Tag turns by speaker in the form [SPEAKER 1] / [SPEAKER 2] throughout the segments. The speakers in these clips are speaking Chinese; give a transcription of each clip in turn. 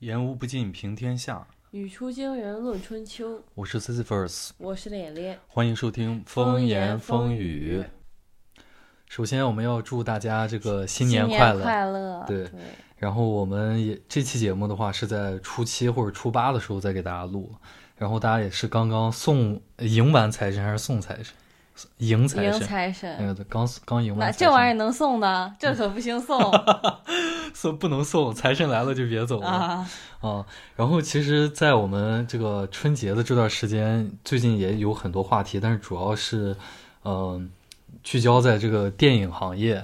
[SPEAKER 1] 言无不尽，平天下。
[SPEAKER 2] 语出惊人论春秋，
[SPEAKER 1] 我是 Sisyphus，
[SPEAKER 2] 我是脸脸。
[SPEAKER 1] 欢迎收听《
[SPEAKER 2] 风
[SPEAKER 1] 言
[SPEAKER 2] 言风
[SPEAKER 1] 风语
[SPEAKER 2] 语》。
[SPEAKER 1] 首先，我们要祝大家这个新
[SPEAKER 2] 新
[SPEAKER 1] 年
[SPEAKER 2] 快
[SPEAKER 1] 乐。
[SPEAKER 2] 乐
[SPEAKER 1] 对然后我们也这期节目的话是在初七或者初八的时候再给大家录，然后大家也是刚刚送呃迎完财神还是送财神？迎财
[SPEAKER 2] 迎
[SPEAKER 1] 神。
[SPEAKER 2] 财
[SPEAKER 1] 哎
[SPEAKER 2] 神，
[SPEAKER 1] 呀，刚刚迎
[SPEAKER 2] 那
[SPEAKER 1] 完，嗯
[SPEAKER 2] 这玩意儿
[SPEAKER 1] 意
[SPEAKER 2] 能送 的？这可不行送
[SPEAKER 1] 儿所以不能送，财神来了就别走了
[SPEAKER 2] 啊！
[SPEAKER 1] 啊，然后其实，在我们这个春节的这段时间，最近也有很多话题，但是主要是，嗯、聚焦在这个电影行业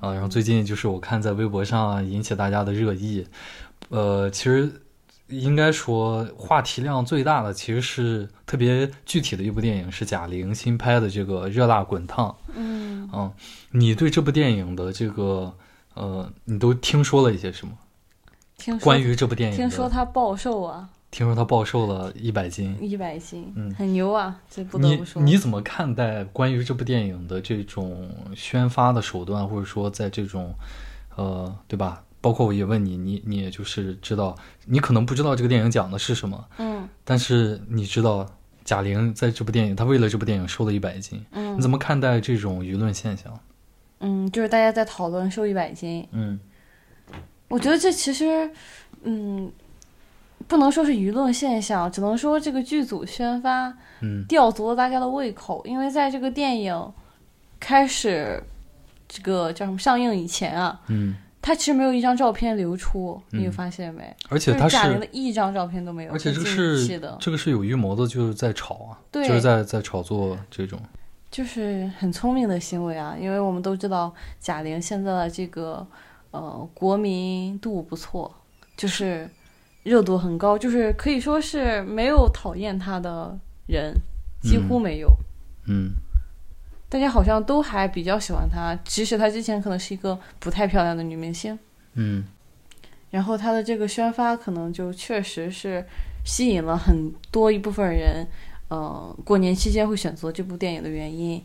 [SPEAKER 1] 啊。然后最近就是我看在微博上啊引起大家的热议，呃，其实应该说话题量最大的其实是特别具体的一部电影，是贾玲新拍的这个《热辣滚烫》。
[SPEAKER 2] 嗯，
[SPEAKER 1] 啊，你对这部电影的这个呃，你都听说了一些什么？
[SPEAKER 2] 听说
[SPEAKER 1] 关于这部电影的，
[SPEAKER 2] 听说他暴瘦啊，
[SPEAKER 1] 听说他暴瘦了一百斤，
[SPEAKER 2] 一百斤
[SPEAKER 1] 嗯，
[SPEAKER 2] 很牛啊！这不得不说，
[SPEAKER 1] 你你怎么看待关于这部电影的这种宣发的手段，或者说在这种，呃，对吧？包括我也问你，你你也就是知道，你可能不知道这个电影讲的是什么，
[SPEAKER 2] 嗯
[SPEAKER 1] 但是你知道贾玲在这部电影，她为了这部电影瘦了一百斤，你
[SPEAKER 2] 嗯
[SPEAKER 1] 怎么看待这种舆论现象？
[SPEAKER 2] 嗯，就是大家在讨论瘦一百斤，
[SPEAKER 1] 嗯
[SPEAKER 2] 我觉得这其实，嗯，不能说是舆论现象，只能说这个剧组宣发。
[SPEAKER 1] 嗯
[SPEAKER 2] 吊足了大家的胃口，因为在这个电影开始这个叫什么上映以前啊，
[SPEAKER 1] 嗯，
[SPEAKER 2] 它其实没有一张照片流出，
[SPEAKER 1] 嗯
[SPEAKER 2] 你有发现没？
[SPEAKER 1] 而且
[SPEAKER 2] 就
[SPEAKER 1] 他
[SPEAKER 2] 是贾玲
[SPEAKER 1] 是
[SPEAKER 2] 的，一张照片都没有，
[SPEAKER 1] 而且这个
[SPEAKER 2] 很近期
[SPEAKER 1] 是
[SPEAKER 2] 的，
[SPEAKER 1] 这个是有预谋的，就是在炒啊，就
[SPEAKER 2] 对
[SPEAKER 1] 是在在炒作这种，
[SPEAKER 2] 就是很聪明的行为啊，因为我们都知道贾玲现在的这个呃国民度不错，就是热度很高，就是可以说是没有讨厌她的人，几乎没有。
[SPEAKER 1] 嗯
[SPEAKER 2] 大家好像都还比较喜欢她，即使她之前可能是一个不太漂亮的女明星，
[SPEAKER 1] 嗯
[SPEAKER 2] 然后她的这个宣发可能就确实是吸引了很多一部分人，呃，过年期间会选择这部电影的原因，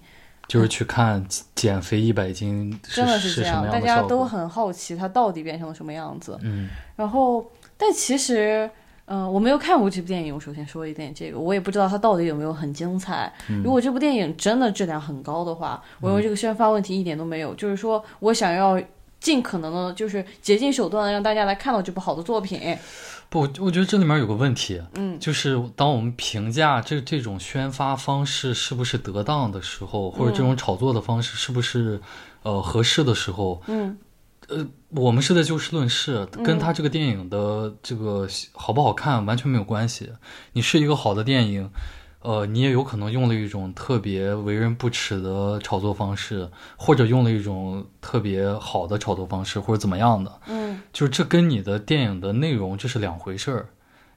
[SPEAKER 1] 就是去看减肥一百斤是
[SPEAKER 2] 真的
[SPEAKER 1] 是
[SPEAKER 2] 这
[SPEAKER 1] 什么
[SPEAKER 2] 样，
[SPEAKER 1] 样
[SPEAKER 2] 大
[SPEAKER 1] 的
[SPEAKER 2] 家
[SPEAKER 1] 效果
[SPEAKER 2] 都很好奇她到底变成了什么样子。
[SPEAKER 1] 嗯
[SPEAKER 2] 然后，但其实，嗯、我没有看过这部电影，我首先说一点这个，我也不知道它到底有没有很精彩。
[SPEAKER 1] 嗯
[SPEAKER 2] 如果这部电影真的质量很高的话，我认为这个宣发问题一点都没有，就是说我想要。尽可能的，就是竭尽手段的让大家来看到这部好的作品。
[SPEAKER 1] 不，我我觉得这里面有个问题，
[SPEAKER 2] 嗯
[SPEAKER 1] 就是当我们评价这这种宣发方式是不是得当的时候，或者这种
[SPEAKER 2] 嗯
[SPEAKER 1] 炒作的方式是不是呃合适的时候，呃
[SPEAKER 2] 嗯
[SPEAKER 1] 我们是在就事论事，跟他这个电影的这个好不好看完全没有关系。你是一个好的电影，呃，你也有可能用了一种特别为人不齿的炒作方式，或者用了一种特别好的炒作方式，或者怎么样的。
[SPEAKER 2] 嗯
[SPEAKER 1] 就是这跟你的电影的内容这是两回事儿。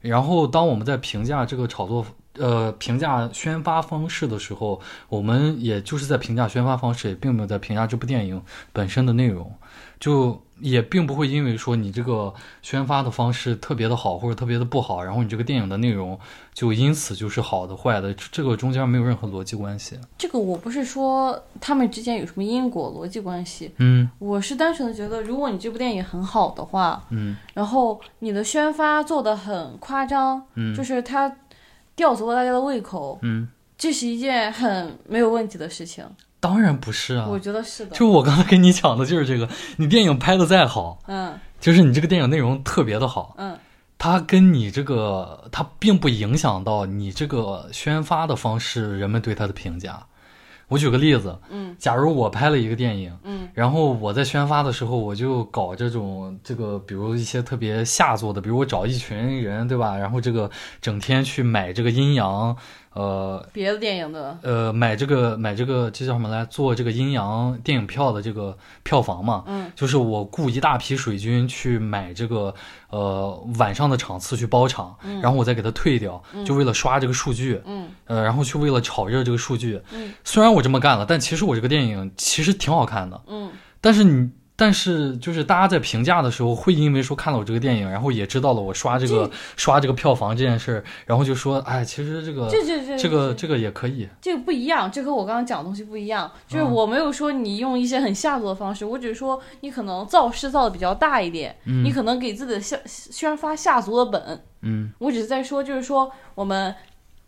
[SPEAKER 1] 然后，当我们在评价这个炒作，呃，评价宣发方式的时候，我们也就是在评价宣发方式，也并没有在评价这部电影本身的内容，就也并不会因为说你这个宣发的方式特别的好或者特别的不好，然后你这个电影的内容就因此就是好的坏的，这个中间没有任何逻辑关系。
[SPEAKER 2] 这个我不是说他们之间有什么因果逻辑关系，
[SPEAKER 1] 嗯
[SPEAKER 2] 我是单纯的觉得，如果你这部电影很好的话，
[SPEAKER 1] 嗯
[SPEAKER 2] 然后你的宣发做的很夸张，
[SPEAKER 1] 嗯
[SPEAKER 2] 就是它吊足了大家的胃口，
[SPEAKER 1] 嗯，
[SPEAKER 2] 这是一件很没有问题的事情，
[SPEAKER 1] 当然不是啊，
[SPEAKER 2] 我觉得是的。
[SPEAKER 1] 就我刚才跟你讲的就是这个，你电影拍的再好。
[SPEAKER 2] 嗯
[SPEAKER 1] 就是你这个电影内容特别的好，
[SPEAKER 2] 嗯，
[SPEAKER 1] 它跟你这个它并不影响到你这个宣发的方式，人们对它的评价。我举个例子，
[SPEAKER 2] 嗯，
[SPEAKER 1] 假如我拍了一个电影，
[SPEAKER 2] 嗯，
[SPEAKER 1] 然后我在宣发的时候，我就搞这种这个，比如一些特别下作的，比如我找一群人，对吧？然后这个整天去买这个阴阳，呃，
[SPEAKER 2] 别的电影的，
[SPEAKER 1] 呃，买这个买这个这叫什么来？做这个阴阳电影票的这个票房嘛，
[SPEAKER 2] 嗯，
[SPEAKER 1] 就是我雇一大批水军去买这个呃晚上的场次去包场，然后我再给他退掉，就为了刷这个数据，
[SPEAKER 2] 嗯
[SPEAKER 1] 呃，然后去为了炒热这个数据。
[SPEAKER 2] 嗯
[SPEAKER 1] 虽然我这么干了，但其实我这个电影其实挺好看的，
[SPEAKER 2] 嗯
[SPEAKER 1] 但是你。但是就是大家在评价的时候，会因为说看了我这个电影，然后也知道了我刷这个刷这个票房这件事儿，然后就说，哎，其实这个
[SPEAKER 2] 这这这
[SPEAKER 1] 这个这个也可以。
[SPEAKER 2] 这个不一样，这和我刚刚讲的东西不一样。就是
[SPEAKER 1] 嗯
[SPEAKER 2] 我没有说你用一些很下作的方式，我只是说你可能造势造的比较大一点，你可能给自己的下宣发下足了本。
[SPEAKER 1] 嗯，
[SPEAKER 2] 我只是在说，就是说我们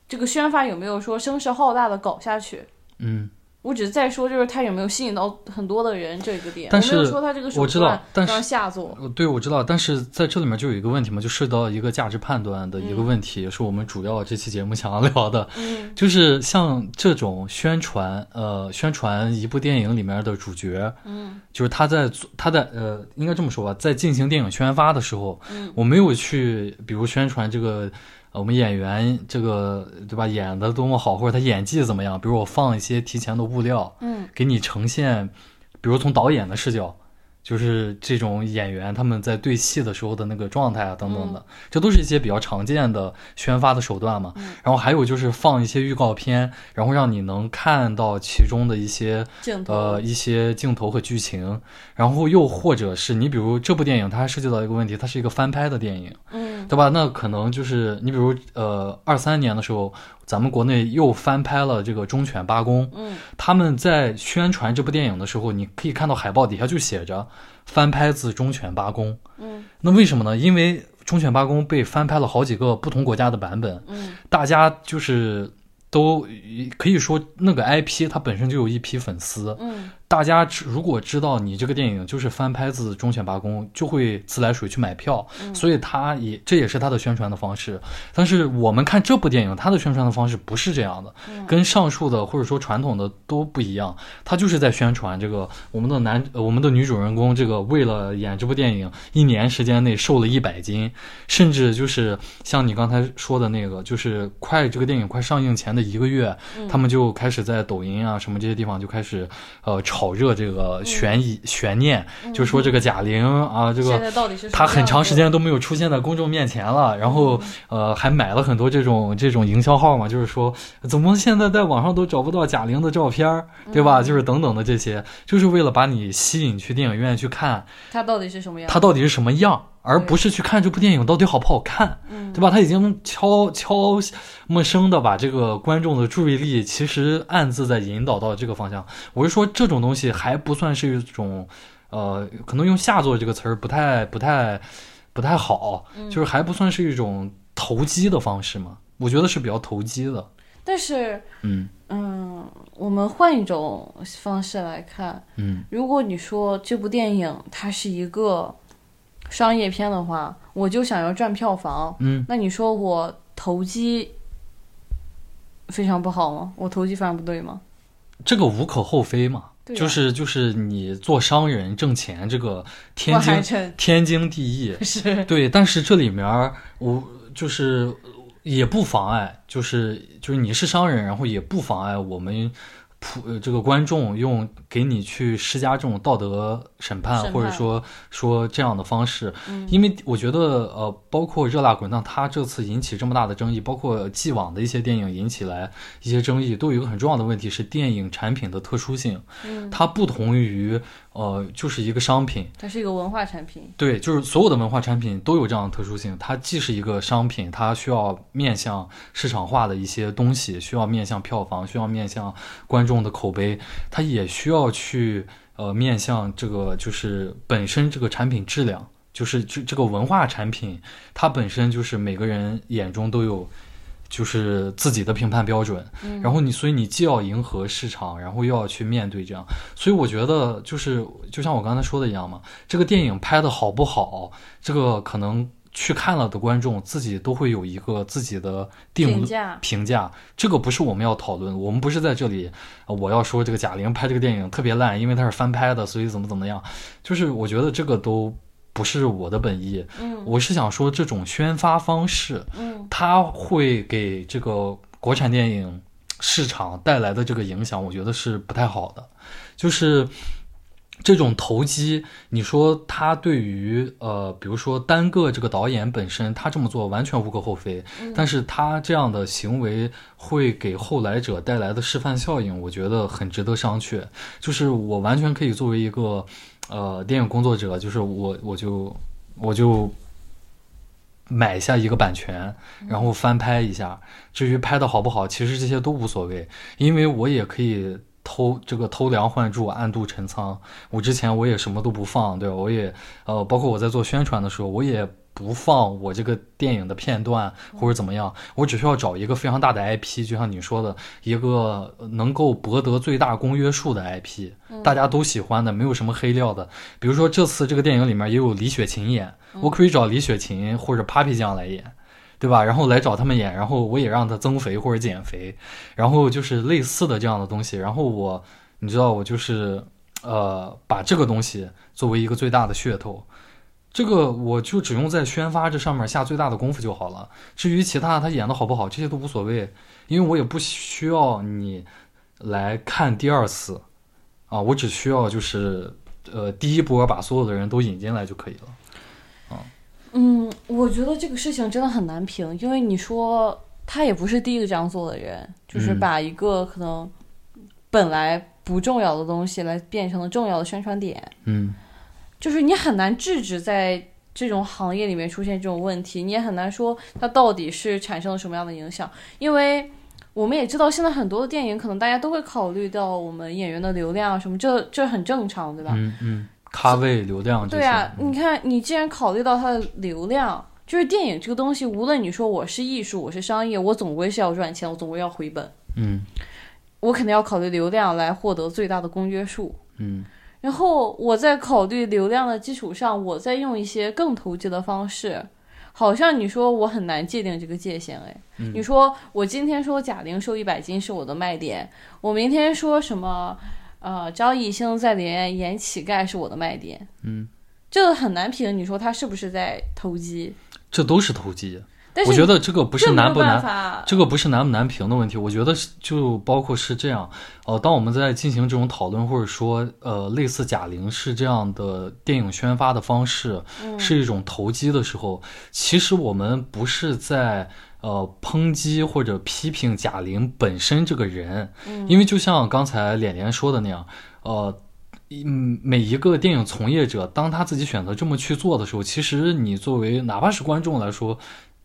[SPEAKER 2] 这个宣发有没有说声势浩大的搞下去？
[SPEAKER 1] 嗯，
[SPEAKER 2] 我只是在说，就是它有没有吸引到很多的人这个点。
[SPEAKER 1] 但是
[SPEAKER 2] 我没有说它这个手
[SPEAKER 1] 我知道
[SPEAKER 2] 段
[SPEAKER 1] 但
[SPEAKER 2] 非
[SPEAKER 1] 是
[SPEAKER 2] 常下作。
[SPEAKER 1] 呃对，我知道，但是在这里面就有一个问题嘛，就涉及到一个价值判断的一个问题，也是我们主要这期节目想要聊的，
[SPEAKER 2] 嗯
[SPEAKER 1] 就是像这种宣传，呃，宣传一部电影里面的主角，
[SPEAKER 2] 嗯，
[SPEAKER 1] 就是他在做他在呃，应该这么说吧，在进行电影宣发的时候，
[SPEAKER 2] 嗯
[SPEAKER 1] 我没有去，比如宣传这个。呃我们演员这个对吧，演的多么好，或者他演技怎么样？比如我放一些提前的物料，
[SPEAKER 2] 嗯
[SPEAKER 1] 给你呈现，比如从导演的视角，就是这种演员他们在对戏的时候的那个状态啊，等等的，
[SPEAKER 2] 嗯
[SPEAKER 1] 这都是一些比较常见的宣发的手段嘛。然后还有就是放一些预告片，然后让你能看到其中的一些
[SPEAKER 2] 镜头。
[SPEAKER 1] 呃一些镜头和剧情，然后又或者是你比如这部电影，它还涉及到一个问题，它是一个翻拍的电影。
[SPEAKER 2] 嗯
[SPEAKER 1] 对吧？那可能就是你比如呃，二三年的时候，咱们国内又翻拍了这个《忠犬八公》。
[SPEAKER 2] 嗯，
[SPEAKER 1] 他们在宣传这部电影的时候，你可以看到海报底下就写着“翻拍自《忠犬八公》”。
[SPEAKER 2] 嗯，
[SPEAKER 1] 那为什么呢？因为《忠犬八公》被翻拍了好几个不同国家的版本，
[SPEAKER 2] 嗯
[SPEAKER 1] 大家就是都可以说那个 IP 它本身就有一批粉丝。
[SPEAKER 2] 嗯
[SPEAKER 1] 大家知如果知道你这个电影就是翻拍自《忠犬八公》，就会自来水去买票，所以他也这也是他的宣传的方式。但是我们看这部电影，它的宣传的方式不是这样的，跟上述的或者说传统的都不一样。他就是在宣传这个我们的男、呃我们的女主人公，这个为了演这部电影，一年时间内瘦了一百斤，甚至就是像你刚才说的那个，就是快这个电影快上映前的一个月，他们就开始在抖音啊什么这些地方就开始呃炒热这
[SPEAKER 2] 嗯
[SPEAKER 1] 个悬疑、悬念，就说这个贾玲啊，这
[SPEAKER 2] 现
[SPEAKER 1] 个
[SPEAKER 2] 在到底嗯是什么
[SPEAKER 1] 她很
[SPEAKER 2] 样
[SPEAKER 1] 长
[SPEAKER 2] 的
[SPEAKER 1] 时间都没有出现在公众面前了，然后
[SPEAKER 2] 嗯
[SPEAKER 1] 呃还买了很多这种这种营销号嘛，就是说怎么现在在网上都找不到贾玲的照片儿，对
[SPEAKER 2] 嗯
[SPEAKER 1] 吧？就是等等的这些，就是为了把你吸引去电影院去看
[SPEAKER 2] 它到底是什么样的？
[SPEAKER 1] 她到底是什么样。而不是去看这部电影到底好不好看，
[SPEAKER 2] 嗯
[SPEAKER 1] 对吧？他已经悄悄没声的把这个观众的注意力，其实暗自在引导到这个方向。我是说，这种东西还不算是一种，呃，可能用“下作”这个词儿不太、不太、不太好，
[SPEAKER 2] 嗯
[SPEAKER 1] 就是还不算是一种投机的方式嘛。我觉得是比较投机的。
[SPEAKER 2] 但是，
[SPEAKER 1] 嗯
[SPEAKER 2] 嗯，我们换一种方式来看，
[SPEAKER 1] 嗯
[SPEAKER 2] 如果你说这部电影它是一个商业片的话，我就想要赚票房，
[SPEAKER 1] 嗯，
[SPEAKER 2] 那你说我投机非常不好吗？我投机非常不对吗？
[SPEAKER 1] 这个无可厚非嘛，
[SPEAKER 2] 对呀啊
[SPEAKER 1] 就是就是你做商人挣钱，这个天
[SPEAKER 2] 我还
[SPEAKER 1] 经
[SPEAKER 2] 真
[SPEAKER 1] 天经地 义。
[SPEAKER 2] 是，
[SPEAKER 1] 对，但是这里面儿我就是呃也不妨碍，就是就是你是商人，然后也不妨碍我们普呃这个观众用给你去施加这种道德审判，
[SPEAKER 2] 审
[SPEAKER 1] 或者
[SPEAKER 2] 判嗯
[SPEAKER 1] 说说这样的方式，因为我觉得呃，包括《热辣滚烫》它这次引起这么大的争议，包括既往的一些电影引起来一些争议，都有一个很重要的问题是电影产品的特殊性，
[SPEAKER 2] 嗯
[SPEAKER 1] 它不同于呃就是一个商品，
[SPEAKER 2] 它是一个文化产品，
[SPEAKER 1] 对，就是所有的文化产品都有这样的特殊性，它既是一个商品，它需要面向市场化的一些东西，需要面向票房，需要面向观众的口碑，它也需要去呃面向这个就是本身这个产品质量，就是这这个文化产品，它本身就是每个人眼中都有。就是自己的评判标准，然后你，所以你既要迎合市场，然后又要去面对这样，所以我觉得就是就像我刚才说的一样嘛，这个电影拍的好不好，这个可能去看了的观众自己都会有一个自己的定
[SPEAKER 2] 评价
[SPEAKER 1] 评价这个不是我们要讨论，我们不是在这里，呃我要说这个贾玲拍这个电影特别烂，因为它是翻拍的，所以怎么怎么样，就是我觉得这个都不是我的本意，
[SPEAKER 2] 嗯
[SPEAKER 1] 我是想说这种宣发方式，
[SPEAKER 2] 嗯
[SPEAKER 1] 它会给这个国产电影市场带来的这个影响，我觉得是不太好的。就是这种投机，你说它对于呃，比如说单个这个导演本身，他这么做完全无可厚非，但是他这样的行为会给后来者带来的示范效应，我觉得很值得商榷。就是我完全可以作为一个呃电影工作者，就是我我就我就买下一个版权，然后翻拍一下。至于拍的好不好，其实这些都无所谓，因为我也可以偷这个偷梁换柱、暗度陈仓。我之前我也什么都不放，对吧？我也呃，包括我在做宣传的时候，我也。不放我这个电影的片段或者怎么样，我只需要找一个非常大的 IP，就像你说的，一个能够博得最大公约数的 IP，大家都喜欢的，没有什么黑料的。比如说这次这个电影里面也有李雪琴演，我可以找李雪琴或者 Papi 酱来演，对吧？然后来找他们演，然后我也让他增肥或者减肥，然后就是类似的这样的东西。然后我，你知道，我就是呃，把这个东西作为一个最大的噱头。这个我就只用在宣发这上面下最大的功夫就好了。至于其他他演的好不好，这些都无所谓，因为我也不需要你来看第二次啊，我只需要就是呃第一波把所有的人都引进来就可以了。
[SPEAKER 2] 嗯，我觉得这个事情真的很难评，因为你说他也不是第一个这样做的人，就是
[SPEAKER 1] 嗯
[SPEAKER 2] 把一个可能本来不重要的东西来变成了重要的宣传点。
[SPEAKER 1] 嗯
[SPEAKER 2] 就是你很难制止在这种行业里面出现这种问题，你也很难说它到底是产生了什么样的影响，因为我们也知道现在很多的电影可能大家都会考虑到我们演员的流量啊什么，这这很正常，对吧？
[SPEAKER 1] 嗯嗯，咖位流量这
[SPEAKER 2] 对
[SPEAKER 1] 些，
[SPEAKER 2] 啊，
[SPEAKER 1] 嗯
[SPEAKER 2] 你看你既然考虑到它的流量。就是电影这个东西，无论你说我是艺术，我是商业，我总归是要赚钱，我总归要回本，
[SPEAKER 1] 嗯
[SPEAKER 2] 我肯定要考虑流量来获得最大的公约数。
[SPEAKER 1] 嗯
[SPEAKER 2] 然后我在考虑流量的基础上，我再用一些更投机的方式。好像你说我很难界定这个界限，哎，
[SPEAKER 1] 嗯
[SPEAKER 2] 你说我今天说贾玲瘦一百斤是我的卖点，我明天说什么，呃，张艺兴在里面演乞丐是我的卖点，
[SPEAKER 1] 嗯，
[SPEAKER 2] 这个很难评，你说他是不是在投机？
[SPEAKER 1] 这都是投机。
[SPEAKER 2] 但是
[SPEAKER 1] 我觉得这个不
[SPEAKER 2] 不
[SPEAKER 1] 是难不难，
[SPEAKER 2] 法，
[SPEAKER 1] 这个不是难不难评的问题，我觉得是就包括是这样，呃，当我们在进行这种讨论，或者说呃类似贾玲是这样的电影宣发的方式、是一种投机的时候，其实我们不是在呃抨击或者批评贾玲本身这个人，因为就像刚才脸脸说的那样，呃。嗯，每一个电影从业者，当他自己选择这么去做的时候，其实你作为哪怕是观众来说，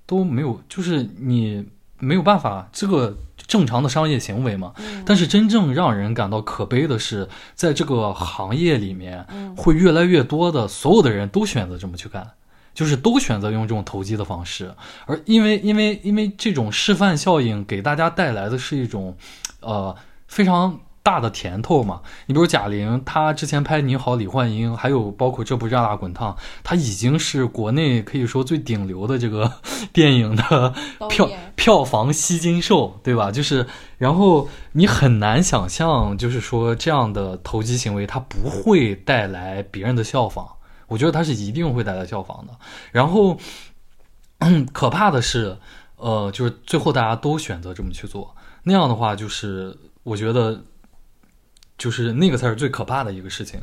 [SPEAKER 1] 都没有，就是你没有办法，这个正常的商业行为嘛。但是真正让人感到可悲的是，在这个行业里面，会越来越多的所有的人都选择这么去干。就是都选择用这种投机的方式，而因为因为因为这种示范效应给大家带来的是一种，呃非常大的甜头嘛。你比如贾玲，她之前拍《你好，李焕英》，还有包括这部《热辣滚烫》，她已经是国内可以说最顶流的这个 电影的
[SPEAKER 2] 导
[SPEAKER 1] 票
[SPEAKER 2] 演
[SPEAKER 1] 票房吸金兽，对吧？就是，然后你很难想象，就是说这样的投机行为，它不会带来别人的效仿。我觉得它是一定会带来效仿的。然后， 可怕的是，呃，就是最后大家都选择这么去做，那样的话，就是我觉得，就是那个才是最可怕的一个事情，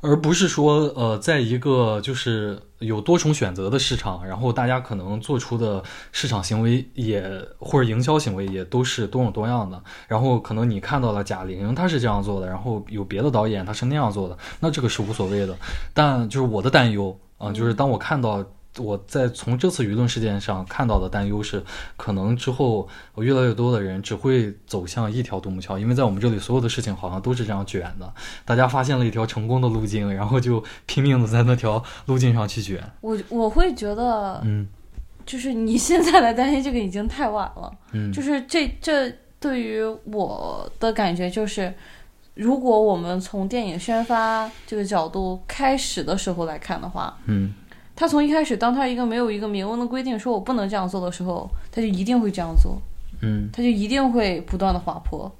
[SPEAKER 1] 而不是说，呃，在一个就是有多重选择的市场，然后大家可能做出的市场行为也或者营销行为也都是多种多样的，然后可能你看到了贾玲她是这样做的，然后有别的导演他是那样做的，那这个是无所谓的，但就是我的担忧啊、就是当我看到。我在从这次舆论事件上看到的担忧是，可能之后我越来越多的人只会走向一条独木桥，因为在我们这里所有的事情好像都是这样卷的，大家发现了一条成功的路径，然后就拼命的在那条路径上去卷。
[SPEAKER 2] 我我会觉得，
[SPEAKER 1] 嗯
[SPEAKER 2] 就是你 现在来担心这个已经太晚了。
[SPEAKER 1] 嗯
[SPEAKER 2] 就是这这对于我的感觉就是，如果我们从电影宣发这个角度开始的时候来看的话，
[SPEAKER 1] 嗯
[SPEAKER 2] 他从一开始，当他一个没有一个明文的规定说我不能这样做的时候，他就一定会这样做，
[SPEAKER 1] 嗯，
[SPEAKER 2] 他就一定会不断的滑坡。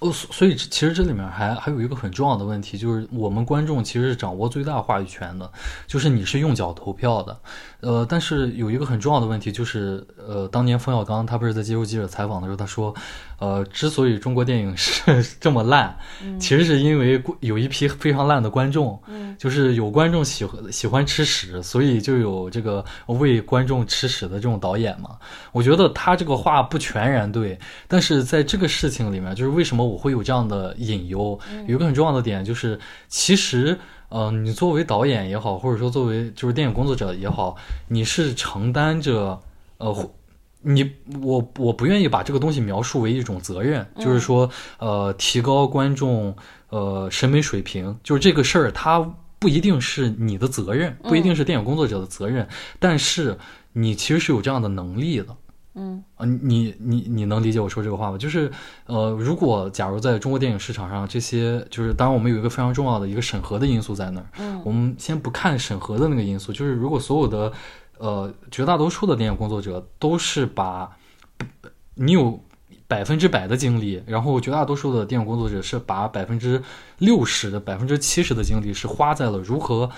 [SPEAKER 1] 哦，所所以这其实这里面还还有一个很重要的问题，就是我们观众其实是掌握最大话语权的，就是你是用脚投票的，呃，但是有一个很重要的问题就是，呃，当年冯小刚他不是在接受记者采访的时候，他说，呃，之所以中国电影是这么烂，其实是因为观有一批非常烂的观众，就是有观众喜欢喜欢吃屎，所以就有这个为观众吃屎的这种导演嘛。我觉得他这个话不全然对，但是在这个事情里面，就是为什么我会有这样的隐忧。有一个很重要的点就是，其实，呃，你作为导演也好，或者说作为就是电影工作者也好，你是承担着，呃，或你我我不愿意把这个东西描述为一种责任，
[SPEAKER 2] 嗯
[SPEAKER 1] 就是说，呃，提高观众呃审美水平，就是这个事儿它。不一定是你的责任，不一
[SPEAKER 2] 嗯
[SPEAKER 1] 定是电影工作者的责任，但是你其实是有这样的能力的。
[SPEAKER 2] 嗯
[SPEAKER 1] 啊，你你你能理解我说这个话吗？就是，呃，如果假如在中国电影市场上，这些就是，当然我们有一个非常重要的一个审核的因素在那儿。
[SPEAKER 2] 嗯，
[SPEAKER 1] 我们先不看审核的那个因素，就是如果所有的，呃，绝大多数的电影工作者都是把，你有百分之百的精力，然后绝大多数的电影工作者是把百分之六十的、百分之七十的精力是花在了如何。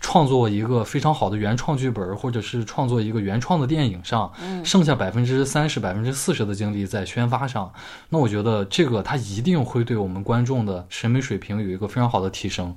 [SPEAKER 1] 创作一个非常好的原创剧本，或者是创作一个原创的电影上，剩下百分之三十、百分之四十的精力在宣发上，那我觉得这个它一定会对我们观众的审美水平有一个非常好的提升。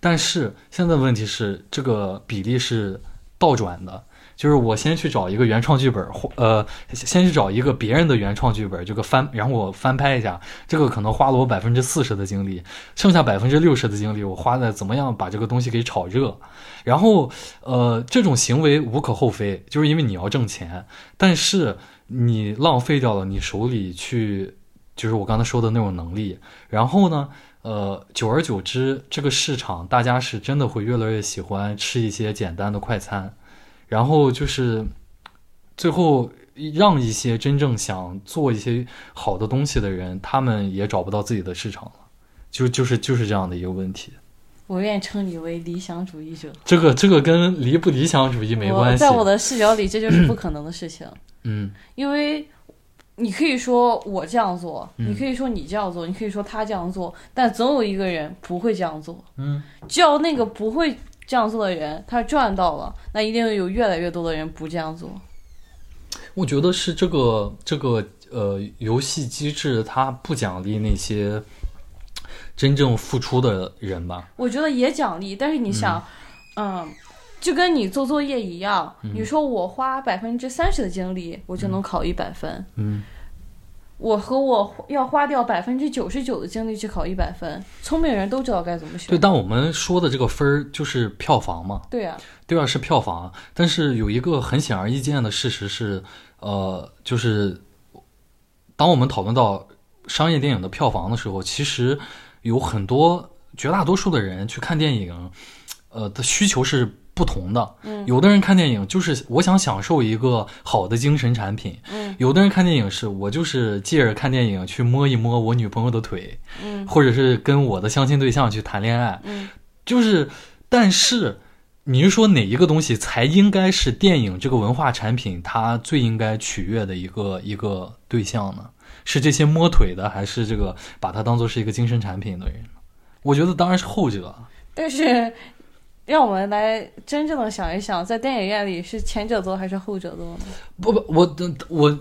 [SPEAKER 1] 但是现在问题是，这个比例是倒转的，就是我先去找一个原创剧本，或呃，先去找一个别人的原创剧本，这个翻，然后我翻拍一下，这个可能花了我百分之四十的精力，剩下百分之六十的精力我花在怎么样把这个东西给炒热。然后，呃，这种行为无可厚非，就是因为你要挣钱，但是你浪费掉了你手里去，就是我刚才说的那种能力。然后呢，呃，久而久之，这个市场大家是真的会越来越喜欢吃一些简单的快餐，然后就是最后让一些真正想做一些好的东西的人，他们也找不到自己的市场了，就就是就是这样的一个问题。
[SPEAKER 2] 我愿意称你为理想主义者。
[SPEAKER 1] 这个这个跟理不理想主义没关
[SPEAKER 2] 我
[SPEAKER 1] 系。
[SPEAKER 2] 在我的视角里，这就是不可能的事情，
[SPEAKER 1] 嗯
[SPEAKER 2] 因为你可以说我这样做，
[SPEAKER 1] 嗯
[SPEAKER 2] 你可以说你这样做，你可以说他这样做，但总有一个人不会这样做。
[SPEAKER 1] 嗯，
[SPEAKER 2] 只要那个不会这样做的人，他赚到了，那一定有越来越多的人不这样做。
[SPEAKER 1] 我觉得是这个这个呃游戏机制，它不奖励那些真正付出的人吧？
[SPEAKER 2] 我觉得也奖励，但是你想，嗯。就跟你做作业一样，
[SPEAKER 1] 嗯
[SPEAKER 2] 你说我花百分之三十的精力，我就能考一百分。
[SPEAKER 1] 嗯
[SPEAKER 2] 我和我要花掉百分之九十九的精力去考一百分，聪明人都知道该怎么选
[SPEAKER 1] 对。。但我们说的这个分儿就是票房嘛，
[SPEAKER 2] 对啊，
[SPEAKER 1] 对吧？是票房，啊但是有一个很显而易见的事实是，呃，就是当我们讨论到商业电影的票房的时候，其实有很多绝大多数的人去看电影，呃的需求是。不同的，
[SPEAKER 2] 嗯
[SPEAKER 1] 有的人看电影就是我想享受一个好的精神产品，
[SPEAKER 2] 嗯
[SPEAKER 1] 有的人看电影是我就是借着看电影去摸一摸我女朋友的腿，
[SPEAKER 2] 嗯
[SPEAKER 1] 或者是跟我的相亲对象去谈恋爱，
[SPEAKER 2] 嗯
[SPEAKER 1] 就是，但是你是说哪一个东西才应该是电影这个文化产品它最应该取悦的一个一个对象呢？是这些摸腿的，还是这个把它当做是一个精神产品的人呢？我觉得当然是后者。
[SPEAKER 2] 但是让我们来真正的想一想，在电影院里是前者多还是后者多呢？
[SPEAKER 1] 不不，我我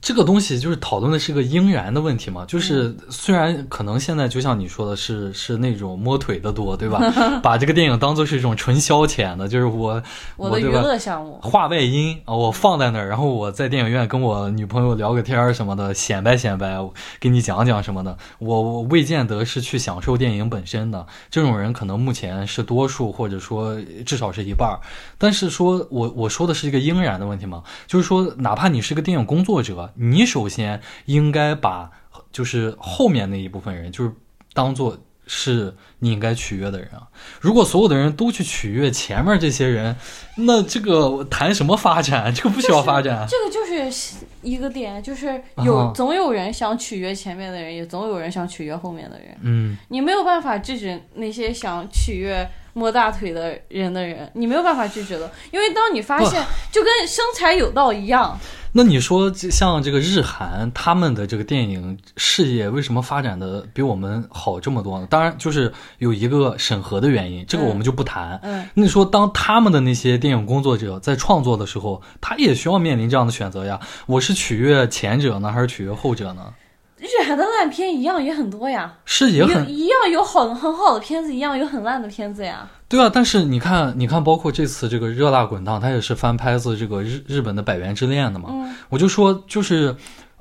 [SPEAKER 1] 这个东西就是讨论的是个应然的问题嘛，就是虽然可能现在就像你说的是是那种摸腿的多，对吧？ 把这个电影当做是一种纯消遣的，就是我
[SPEAKER 2] 我的娱
[SPEAKER 1] 对吧？
[SPEAKER 2] 乐项目，
[SPEAKER 1] 话外音啊，我放在那儿，然后我在电影院跟我女朋友聊个天儿什么的，显摆显摆，我给你讲讲什么的。我我未见得是去享受电影本身的，这种人可能目前是多数，或者说至少是一半儿。但是说我我说的是一个应然的问题嘛，就是说，哪怕你是个电影工作者，你首先应该把就是后面那一部分人，就是当做是你应该取悦的人啊。如果所有的人都去取悦前面这些人，那这个我谈什么发展？这个不需要发 展。
[SPEAKER 2] 这个就是一个点，就是有、
[SPEAKER 1] 啊
[SPEAKER 2] 总有人想取悦前面的人，也总有人想取悦后面的人。
[SPEAKER 1] 嗯，
[SPEAKER 2] 你没有办法制止那些想取悦摸大腿的人的人，你没有办法制止的，因为当你发现，就跟生财有道一样，
[SPEAKER 1] 那你说这像这个日韩他们的这个电影事业为什么发展的比我们好这么多呢？当然就是有一个审核的原因，这个我们就不谈。
[SPEAKER 2] 嗯
[SPEAKER 1] 那你说，当他们的那些电影工作者在创作的时候，他也需要面临这样的选择呀。我是取悦前者呢，还是取悦后者呢？
[SPEAKER 2] 日韩的烂片一样也很多呀，
[SPEAKER 1] 是也很
[SPEAKER 2] 一一样有好很好的片子，一样有很烂的片子呀。
[SPEAKER 1] 对啊，但是你看，你看，包括这次这个《热辣滚烫》，它也是翻拍自这个日日本的《百元之恋》的嘛。
[SPEAKER 2] 嗯
[SPEAKER 1] 我就说，就是，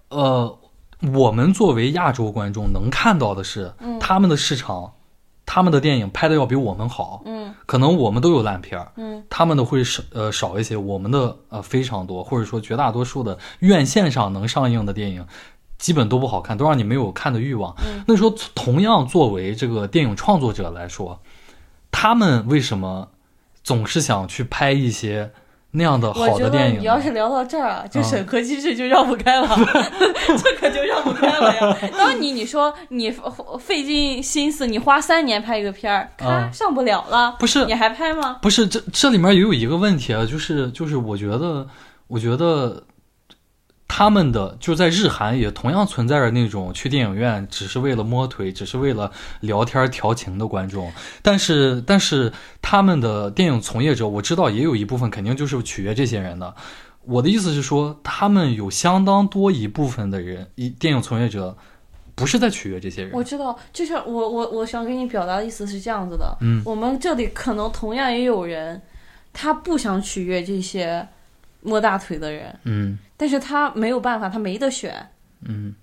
[SPEAKER 1] 呃，我们作为亚洲观众能看到的是，他们的市场，他们的电影拍的要比我们好。
[SPEAKER 2] 嗯，
[SPEAKER 1] 可能我们都有烂片儿，
[SPEAKER 2] 嗯，
[SPEAKER 1] 他们的会少呃少一些，我们的呃非常多，或者说绝大多数的院线上能上映的电影。基本都不好看，都让你没有看的欲望。
[SPEAKER 2] 嗯
[SPEAKER 1] 那说同样作为这个电影创作者来说，他们为什么总是想去拍一些那样的
[SPEAKER 2] 我
[SPEAKER 1] 好
[SPEAKER 2] 觉
[SPEAKER 1] 的
[SPEAKER 2] 得
[SPEAKER 1] 电影
[SPEAKER 2] 你
[SPEAKER 1] 呢？
[SPEAKER 2] 要是聊到这儿啊，这
[SPEAKER 1] 嗯
[SPEAKER 2] 审核机制就绕不开了， 这可就绕不开 了呀。当你你说你呃费尽心思，你花三年拍一个片儿，咔、
[SPEAKER 1] 嗯
[SPEAKER 2] 上不了了，
[SPEAKER 1] 不是
[SPEAKER 2] 你还拍吗？
[SPEAKER 1] 不是这这里面也有一个问题啊，就是就是我觉得我觉得他们的就在日韩也同样存在着那种去电影院只是为了摸腿，只是为了聊天调情的观众，但是但是他们的电影从业者，我知道也有一部分肯定就是取悦这些人的。我的意思是说，他们有相当多一部分的人，一电影从业者不是在取悦这些人
[SPEAKER 2] 我，知道，就是我我我想给你表达的意思是这样子的，
[SPEAKER 1] 嗯
[SPEAKER 2] 我们这里可能同样也有人，他不想取悦这些摸大腿的人，
[SPEAKER 1] 嗯
[SPEAKER 2] 但是他没有办法，他没得选。
[SPEAKER 1] 嗯，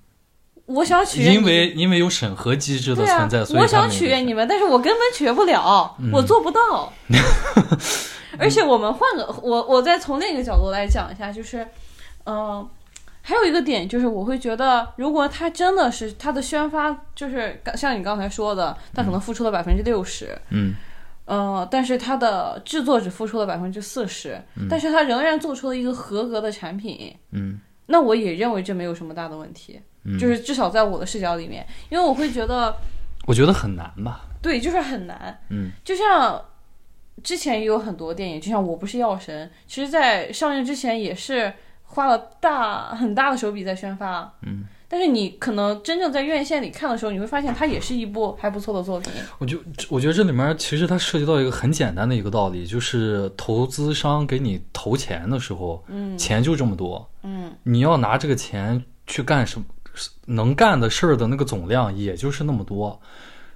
[SPEAKER 2] 我想取悦你
[SPEAKER 1] 因为因为有审核机制的
[SPEAKER 2] 对啊
[SPEAKER 1] 存在，，所以
[SPEAKER 2] 我
[SPEAKER 1] 他
[SPEAKER 2] 想
[SPEAKER 1] 们也
[SPEAKER 2] 取悦
[SPEAKER 1] 是嗯
[SPEAKER 2] 你们，但是我根本取悦不了，我做不 到。而且我们换个我，我再从另一个角度来讲一下，就是，嗯、还有一个点就是，我会觉得，如果他真的是他的宣发，就是刚像你刚才说的，他可能付出了百分之六十，
[SPEAKER 1] 嗯。
[SPEAKER 2] 呃，但是他的制作只付出了百分之四十，但是他仍然做出了一个合格的产品，
[SPEAKER 1] 嗯
[SPEAKER 2] 那我也认为这没有什么大的问题，
[SPEAKER 1] 嗯
[SPEAKER 2] 就是至少在我的视角里面，因为我会觉得。
[SPEAKER 1] 我觉得很难吧。
[SPEAKER 2] 对，就是很难。
[SPEAKER 1] 嗯，
[SPEAKER 2] 就像之前也有很多电影，就像《我不是药神》，其实，在上映之前也是花了大很大的手笔在宣发。
[SPEAKER 1] 嗯，
[SPEAKER 2] 但是你可能真正在院线里看的时候，你会发现它也是一部还不错的作品。
[SPEAKER 1] 我就我觉得这里面其实它涉及到一个很简单的一个道理，就是投资商给你投钱的时候，
[SPEAKER 2] 嗯
[SPEAKER 1] 钱就这么多，
[SPEAKER 2] 嗯，
[SPEAKER 1] 你要拿这个钱去干什么，能干的事儿的那个总量也就是那么多。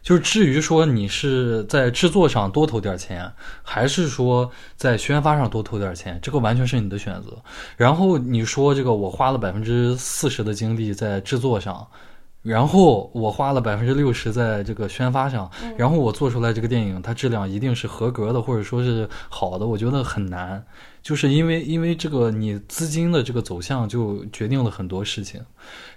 [SPEAKER 1] 就是至于说你是在制作上多投点钱，还是说在宣发上多投点钱，这个完全是你的选择。然后你说这个我花了百分之四十的精力在制作上，然后我花了百分之六十在这个宣发上，
[SPEAKER 2] 嗯
[SPEAKER 1] 然后我做出来这个电影，它质量一定是合格的，或者说是好的，我觉得很难，就是因为因为这个你资金的这个走向就决定了很多事情，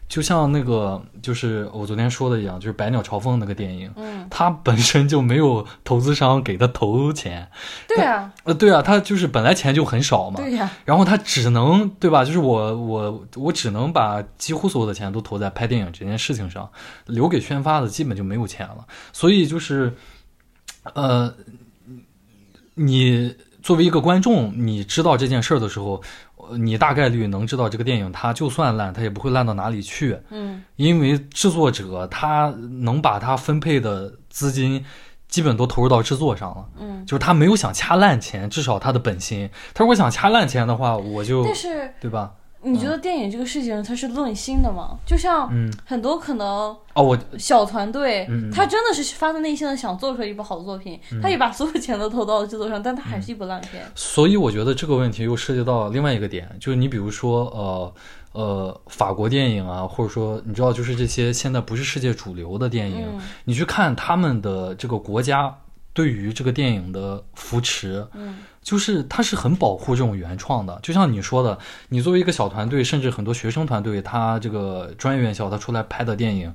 [SPEAKER 1] 就像那个就是我昨天说的一样，就是《百鸟朝凤》那个电影，
[SPEAKER 2] 嗯，
[SPEAKER 1] 它本身就没有投资商给他投钱，
[SPEAKER 2] 对呀、
[SPEAKER 1] 呃，对啊，它就是本来钱就很少嘛，
[SPEAKER 2] 对呀、
[SPEAKER 1] 然后他只能对吧？就是我我我只能把几乎所有的钱都投在拍电影这件事情上，留给宣发的基本就没有钱了。所以就是，呃，你作为一个观众，你知道这件事儿的时候，呃你大概率能知道这个电影它就算烂，它也不会烂到哪里去。
[SPEAKER 2] 嗯，
[SPEAKER 1] 因为制作者他能把他分配的资金基本都投入到制作上了，
[SPEAKER 2] 嗯，
[SPEAKER 1] 就是他没有想掐烂钱，至少他的本心。他如果想掐烂钱的话，我就
[SPEAKER 2] 但是
[SPEAKER 1] 对吧？
[SPEAKER 2] 你觉得电影这个事情它是论心的吗？就像
[SPEAKER 1] 嗯，
[SPEAKER 2] 很多可能
[SPEAKER 1] 哦，我
[SPEAKER 2] 小团队，
[SPEAKER 1] 嗯嗯
[SPEAKER 2] 他真的是发自内心的想做出一部好作品，他也把所有钱都投到了制作上，但他
[SPEAKER 1] 嗯
[SPEAKER 2] 还是一部烂片。
[SPEAKER 1] 所以我觉得这个问题又涉及到另外一个点，就是你比如说呃呃法国电影啊，或者说你知道就是这些现在不是世界主流的电影，
[SPEAKER 2] 嗯
[SPEAKER 1] 你去看他们的这个国家对于这个电影的扶持，
[SPEAKER 2] 嗯
[SPEAKER 1] 就是他是很保护这种原创的，就像你说的，你作为一个小团队，甚至很多学生团队，他这个专业院校他出来拍的电影，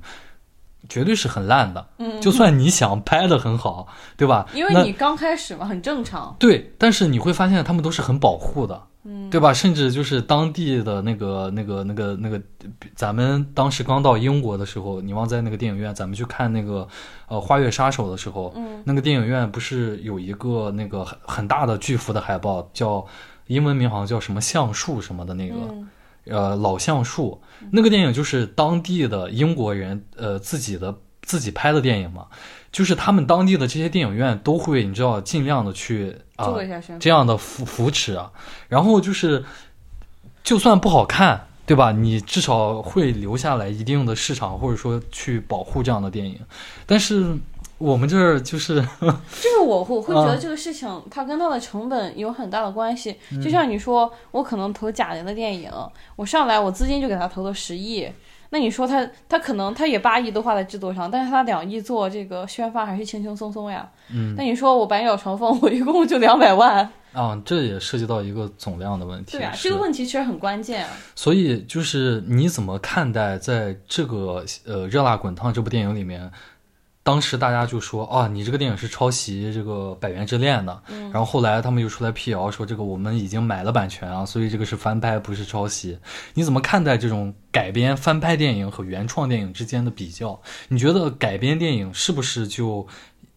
[SPEAKER 1] 绝对是很烂的。
[SPEAKER 2] 嗯，
[SPEAKER 1] 就算你想拍的很好，对吧？
[SPEAKER 2] 因为
[SPEAKER 1] 那
[SPEAKER 2] 你刚开始嘛，很正常。
[SPEAKER 1] 对，但是你会发现他们都是很保护的，
[SPEAKER 2] 嗯
[SPEAKER 1] 对吧？甚至就是当地的那个、那个、那个、那个，咱们当时刚到英国的时候，你忘在那个电影院，咱们去看那个呃《花月杀手》的时候，
[SPEAKER 2] 嗯
[SPEAKER 1] 那个电影院不是有一个那个很很大的巨幅的海报，叫英文名好像叫什么橡树什么的那个，
[SPEAKER 2] 嗯
[SPEAKER 1] 呃老橡树那个电影就是当地的英国人呃自己的自己拍的电影嘛，就是他们当地的这些电影院都会你知道尽量的去啊、
[SPEAKER 2] 做一下宣传。
[SPEAKER 1] 这样的扶扶持啊，然后就是就算不好看，对吧？你至少会留下来一定的市场，或者说去保护这样的电影，但是。我们这儿就是，
[SPEAKER 2] 这个我会会觉得
[SPEAKER 1] 啊
[SPEAKER 2] 这个事情，它跟它的成本有很大的关系。
[SPEAKER 1] 嗯
[SPEAKER 2] 就像你说，我可能投贾玲的电影，我上来我资金就给他投了十亿，那你说他他可能他也八亿都花在制作上，但是他两亿做这个宣发还是轻轻松松呀。
[SPEAKER 1] 嗯，
[SPEAKER 2] 那你说我百鸟朝凤，我一共就两百万，
[SPEAKER 1] 啊，这也涉及到一个总量的问题。
[SPEAKER 2] 对啊呀、
[SPEAKER 1] 是
[SPEAKER 2] 这个问题其实很关键啊。
[SPEAKER 1] 所以就是你怎么看待在这个呃《热辣滚烫》这部电影里面，当时大家就说啊，你这个电影是抄袭这个《百元之恋》的，
[SPEAKER 2] 嗯
[SPEAKER 1] 然后后来他们又出来辟谣说这个我们已经买了版权啊，所以这个是翻拍不是抄袭。你怎么看待这种改编翻拍电影和原创电影之间的比较？你觉得改编电影是不是就？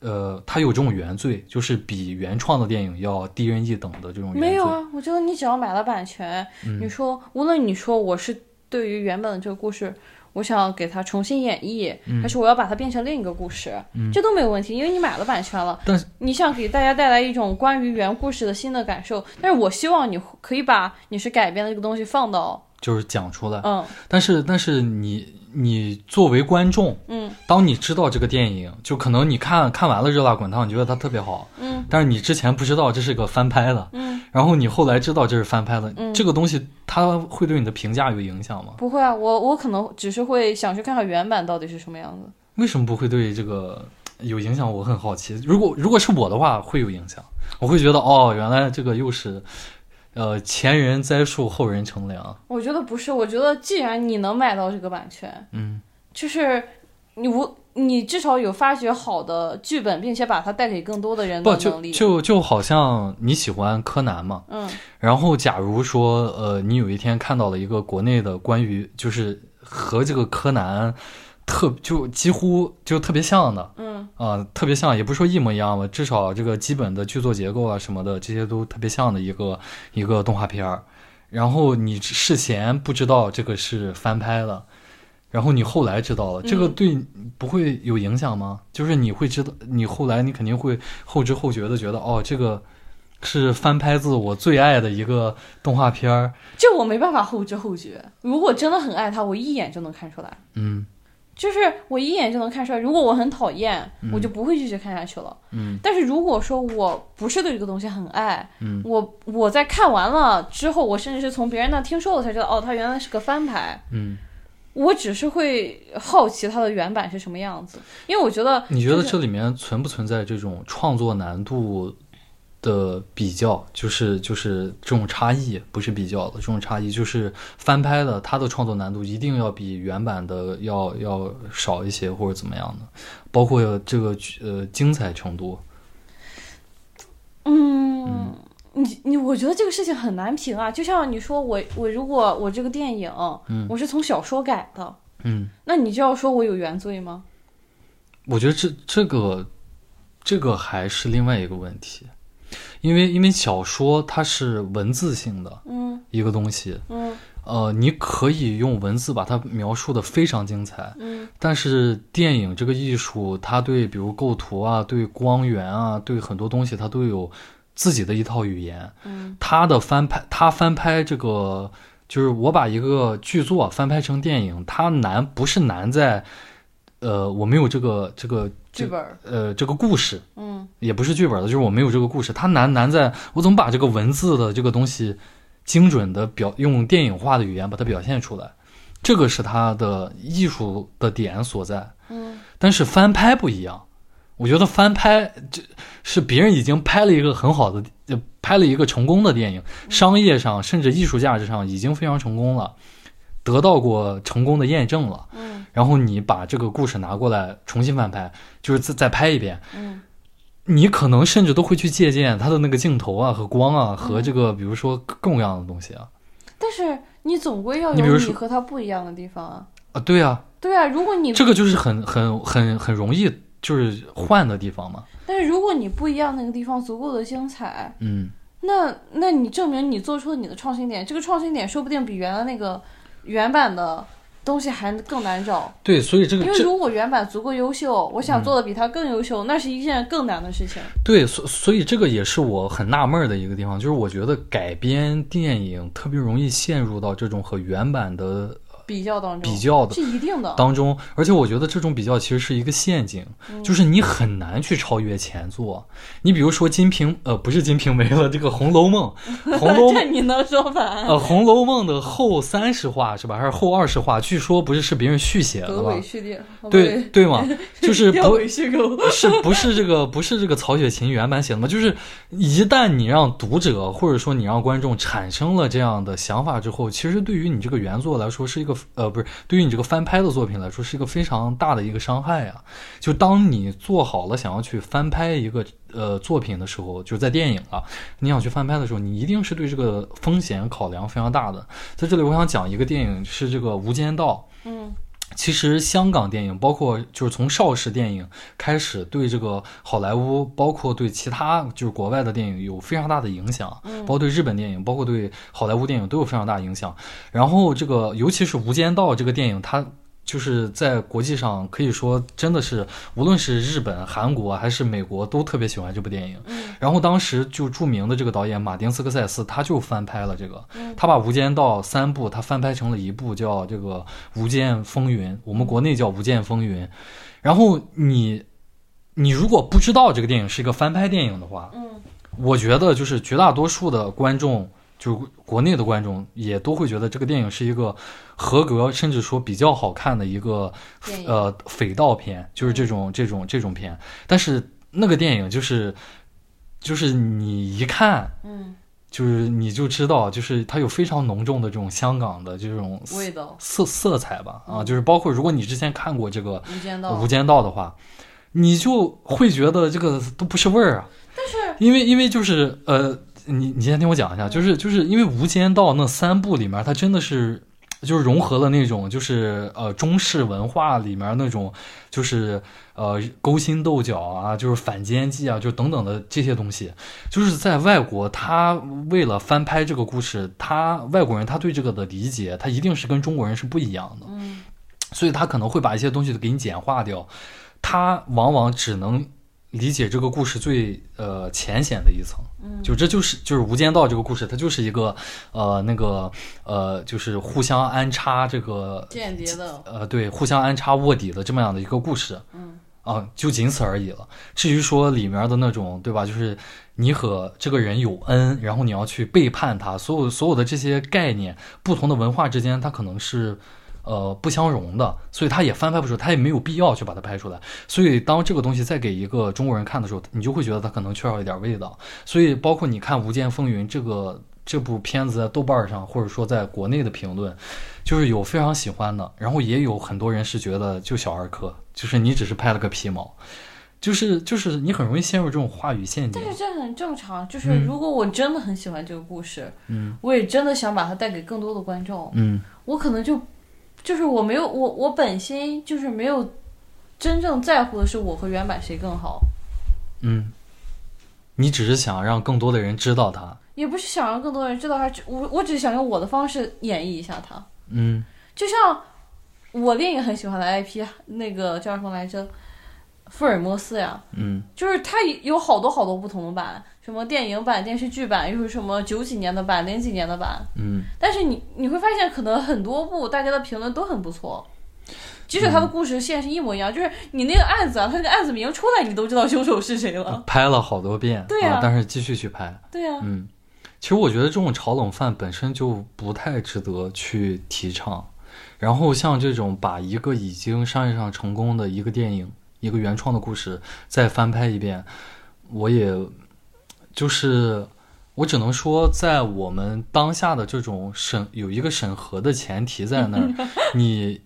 [SPEAKER 1] 呃，它有这种原罪，就是比原创的电影要低人一等的这种原罪。嗯
[SPEAKER 2] 没有啊，我觉得你只要买了版权，你说无论你说我是对于原本的这个故事，我想要给它重新演绎，还
[SPEAKER 1] 嗯
[SPEAKER 2] 是我要把它变成另一个故事，这都没有问题，因为你买了版权了。
[SPEAKER 1] 但是
[SPEAKER 2] 你想给大家带来一种关于原故事的新的感受，但是我希望你可以把你是改编的这个东西放到
[SPEAKER 1] 就是讲出来。
[SPEAKER 2] 嗯
[SPEAKER 1] 但是，但是你你作为观众，
[SPEAKER 2] 嗯，
[SPEAKER 1] 当你知道这个电影，就可能你看看完了《热辣滚烫》，你觉得它特别好，
[SPEAKER 2] 嗯，
[SPEAKER 1] 但是你之前不知道这是个翻拍的，
[SPEAKER 2] 嗯，
[SPEAKER 1] 然后你后来知道这是翻拍的，
[SPEAKER 2] 嗯
[SPEAKER 1] 这个东西它会对你的评价有影响吗？
[SPEAKER 2] 不会啊，我我可能只是会想去看看原版到底是什么样子。
[SPEAKER 1] 为什么不会对这个呃有影响？我很好奇。如果如果是我的话，会有影响，我会觉得哦，原来这个又是，呃，前人栽树，后人乘凉。
[SPEAKER 2] 我觉得不是，我觉得既然你能买到这个版权，
[SPEAKER 1] 嗯，
[SPEAKER 2] 就是你无你至少有发掘好的剧本，并且把它带给更多的人
[SPEAKER 1] 不
[SPEAKER 2] 的
[SPEAKER 1] 就
[SPEAKER 2] 能力。
[SPEAKER 1] 就就好像你喜欢柯南嘛，
[SPEAKER 2] 嗯
[SPEAKER 1] 然后，假如说，呃，你有一天看到了一个国内的关于就是和这个柯南特就几乎就特别像的
[SPEAKER 2] 嗯
[SPEAKER 1] 啊、特别像，也不是说一模一样吧，至少这个基本的剧作结构啊什么的，这些都特别像的一个一个动画片儿。然后你事前不知道这个是翻拍的，然后你后来知道了，这个
[SPEAKER 2] 嗯
[SPEAKER 1] 对你不会有影响吗？就是你会知道，你后来你肯定会后知后觉的觉得，哦，这个是翻拍自我最爱的一个动画片儿。
[SPEAKER 2] 就我没办法后知后觉。如果真的很爱他，我一眼就能看出来，
[SPEAKER 1] 嗯
[SPEAKER 2] 就是我一眼就能看出来。如果我很讨厌，我就不会继续看下去了。
[SPEAKER 1] 嗯
[SPEAKER 2] 但是如果说我不是对这个东西很爱，
[SPEAKER 1] 嗯
[SPEAKER 2] 我我在看完了之后，我甚至是从别人那听说我才知道，哦，它原来是个翻拍。
[SPEAKER 1] 嗯，
[SPEAKER 2] 我只是会好奇它的原版是什么样子，因为我觉得
[SPEAKER 1] 你觉得
[SPEAKER 2] 就是
[SPEAKER 1] 这里面存不存在这种创作难度的比较？就是就是这种差异，不是比较的这种差异，就是翻拍的它的创作难度一定要比原版的要要少一些，或者怎么样的？包括这个剧呃精彩程度。
[SPEAKER 2] 嗯，你你，我觉得这个事情很难评啊。就像你说我我如果我这个电影，
[SPEAKER 1] 嗯
[SPEAKER 2] 我是从小说改的，
[SPEAKER 1] 嗯，
[SPEAKER 2] 那你就要说我有原罪吗？
[SPEAKER 1] 我觉得这这个这个还是另外一个问题，因为因为小说它是文字性的
[SPEAKER 2] 嗯
[SPEAKER 1] 一个东西，
[SPEAKER 2] 嗯
[SPEAKER 1] 呃，你可以用文字把它描述的非常精彩，
[SPEAKER 2] 嗯
[SPEAKER 1] 但是电影这个艺术，它对比如构图啊、对光源啊、对很多东西，它都有自己的一套语言。
[SPEAKER 2] 嗯
[SPEAKER 1] 它的翻拍，它翻拍这个，就是我把一个剧作翻拍成电影，它难不是难在，呃，我没有这个这个
[SPEAKER 2] 剧本儿，
[SPEAKER 1] 呃这个故事，
[SPEAKER 2] 嗯
[SPEAKER 1] 也不是剧本的，就是我没有这个故事，它难难在我怎么把这个文字的这个东西精准的表用电影化的语言把它表现出来，这个是它的艺术的点所在。
[SPEAKER 2] 嗯
[SPEAKER 1] 但是翻拍不一样，我觉得翻拍这是别人已经拍了一个很好的，呃拍了一个成功的电影，
[SPEAKER 2] 嗯
[SPEAKER 1] 商业上甚至艺术价值上已经非常成功了，得到过成功的验证了。
[SPEAKER 2] 嗯
[SPEAKER 1] 然后你把这个故事拿过来重新翻拍，就是再再拍一遍，
[SPEAKER 2] 嗯
[SPEAKER 1] 你可能甚至都会去借鉴它的那个镜头啊和光啊和这个比如说各种各样的东西啊
[SPEAKER 2] 但是你总归要
[SPEAKER 1] 你比如
[SPEAKER 2] 有
[SPEAKER 1] 说
[SPEAKER 2] 你和他不一样的地方啊。
[SPEAKER 1] 啊对啊，
[SPEAKER 2] 对啊，如果你
[SPEAKER 1] 这个就是很很很很容易就是换的地方嘛，
[SPEAKER 2] 但是如果你不一样那个地方足够的精彩，
[SPEAKER 1] 嗯，
[SPEAKER 2] 那那你证明你做出了你的创新点，这个创新点说不定比原来那个原版的东西还更难找。
[SPEAKER 1] 对，所以这个
[SPEAKER 2] 因
[SPEAKER 1] 嗯
[SPEAKER 2] 为
[SPEAKER 1] 这嗯
[SPEAKER 2] 如果原版足够优秀，我想做的比它更优秀，那是一件更难的事情。
[SPEAKER 1] 对，所所以这个也是我很纳闷儿的一个地方，就是我觉得改编电影特别容易陷入到这种和原版的
[SPEAKER 2] 比较当中，
[SPEAKER 1] 比较的
[SPEAKER 2] 是一定的。
[SPEAKER 1] 当中，而且我觉得这种比较其实是一个陷阱，
[SPEAKER 2] 嗯
[SPEAKER 1] 就是你很难去超越前作。你比如说《金瓶》，呃，不是《金瓶梅》了，这个《红楼梦》， 《红楼梦》
[SPEAKER 2] 这你能说完？
[SPEAKER 1] 呃，《红楼梦》的后三十话是吧，还是后二十话？据说不是是别人续写的
[SPEAKER 2] 得
[SPEAKER 1] 吧
[SPEAKER 2] 委？蓄力，
[SPEAKER 1] 对对吗？ 就是
[SPEAKER 2] 要
[SPEAKER 1] 不
[SPEAKER 2] 委屈狗。
[SPEAKER 1] 是不是这个不是这个曹雪芹原版写的吗？就是一旦你让读者或者说你让观众产生了这样的想法之后，其实对于你这个原作来说是一个呃不是对于你这个翻拍的作品来说是一个非常大的一个伤害啊！就当你做好了想要去翻拍一个呃作品的时候，就在电影啊，你想去翻拍的时候，你一定是对这个风险考量非常大的。在这里，我想讲一个电影是这个《无间道》。
[SPEAKER 2] 嗯，
[SPEAKER 1] 其实香港电影，包括就是从邵氏电影开始，对这个好莱坞，包括对其他就是国外的电影有非常大的影响，包括对日本电影，包括对好莱坞电影都有非常大的影响。然后这个，尤其是《无间道》这个电影，它。就是在国际上可以说真的是，无论是日本、韩国还是美国，都特别喜欢这部电影。然后当时就著名的这个导演马丁·斯科塞斯，他就翻拍了这个，他把《无间道》三部，他翻拍成了一部叫这个《无间风云》，我们国内叫《无间风云》。然后你，你如果不知道这个电影是一个翻拍电影的话，
[SPEAKER 2] 嗯，
[SPEAKER 1] 我觉得就是绝大多数的观众，就是国内的观众，也都会觉得这个电影是一个合格，甚至说比较好看的一个
[SPEAKER 2] 电影
[SPEAKER 1] 呃匪盗片，就是这种这种这种片。但是那个电影就是就是你一看，
[SPEAKER 2] 嗯，
[SPEAKER 1] 就是你就知道，就是它有非常浓重的这种香港的这种色
[SPEAKER 2] 味道，
[SPEAKER 1] 色色彩吧，啊，
[SPEAKER 2] 嗯哦
[SPEAKER 1] 就是包括如果你之前看过这个
[SPEAKER 2] 无间
[SPEAKER 1] 《
[SPEAKER 2] 道
[SPEAKER 1] 无。间道》的话，你就会觉得这个都不是味儿啊。
[SPEAKER 2] 但是
[SPEAKER 1] 因为因为就是呃，你你先听我讲一下，就是就是因为《无间道》那三部里面，它真的是就是融合了那种就是呃中式文化里面那种就是呃勾心斗角啊，就是反间计啊，就等等的这些东西，就是在外国，他为了翻拍这个故事，他外国人他对这个的理解，他一定是跟中国人是不一样的。
[SPEAKER 2] 嗯，
[SPEAKER 1] 所以他可能会把一些东西都给你简化掉，他往往只能理解这个故事最呃浅显的一层，
[SPEAKER 2] 嗯
[SPEAKER 1] 就这就是就是《无间道》这个故事，它就是一个呃那个呃就是互相安插这个
[SPEAKER 2] 间谍的，
[SPEAKER 1] 呃对互相安插卧底的这么样的一个故事，
[SPEAKER 2] 嗯
[SPEAKER 1] 啊就仅此而已了。至于说里面的那种对吧，就是你和这个人有恩，然后你要去背叛他，所有所有的这些概念，不同的文化之间，它可能是。呃，不相容的，所以它也翻拍不出来，它也没有必要去把它拍出来。所以当这个东西再给一个中国人看的时候，你就会觉得它可能缺少一点味道。所以包括你看《无间风云》这个这部片子在豆瓣上，或者说在国内的评论，就是有非常喜欢的，然后也有很多人是觉得就小儿科，就是你只是拍了个皮毛，就是就是你很容易陷入这种话语陷阱
[SPEAKER 2] 但。是这很正常。就是如果我真的很喜欢这个故事，嗯，我也真的想把它带给更多的观众，
[SPEAKER 1] 嗯
[SPEAKER 2] 我可能就就是我没有我我本心就是没有真正在乎的是我和原版谁更好，
[SPEAKER 1] 嗯，你只是想让更多的人知道它。
[SPEAKER 2] 也不是想让更多人知道它，只我我只是想用我的方式演绎一下它。
[SPEAKER 1] 嗯
[SPEAKER 2] 就像我另一个很喜欢的 IP，那个叫什么来着？福尔摩斯呀，
[SPEAKER 1] 嗯
[SPEAKER 2] 就是它有好多好多不同的版，什么电影版、电视剧版，又是什么九几年的版、零几年的版。
[SPEAKER 1] 嗯，
[SPEAKER 2] 但是你你会发现，可能很多部大家的评论都很不错，即使它的故事线是一模一样，就是你那个案子啊，它那个案子名出来，你都知道凶手是谁了。
[SPEAKER 1] 拍了好多遍，
[SPEAKER 2] 对啊
[SPEAKER 1] 啊但是继续去拍。
[SPEAKER 2] 对啊呀、
[SPEAKER 1] 嗯，其实我觉得这种炒冷饭本身就不太值得去提倡。然后像这种把一个已经商业上成功的一个电影、一个原创的故事再翻拍一遍，我也就是我只能说，在我们当下的这种审有一个审核的前提在 那儿，你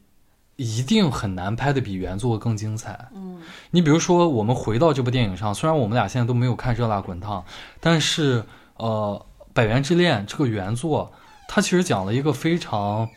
[SPEAKER 1] 一定很难拍的比原作更精彩。
[SPEAKER 2] 嗯，
[SPEAKER 1] 你比如说，我们回到这部电影上，虽然我们俩现在都没有看《热辣滚烫》，但是呃，《百元之恋》这个原作，它其实讲了一个非常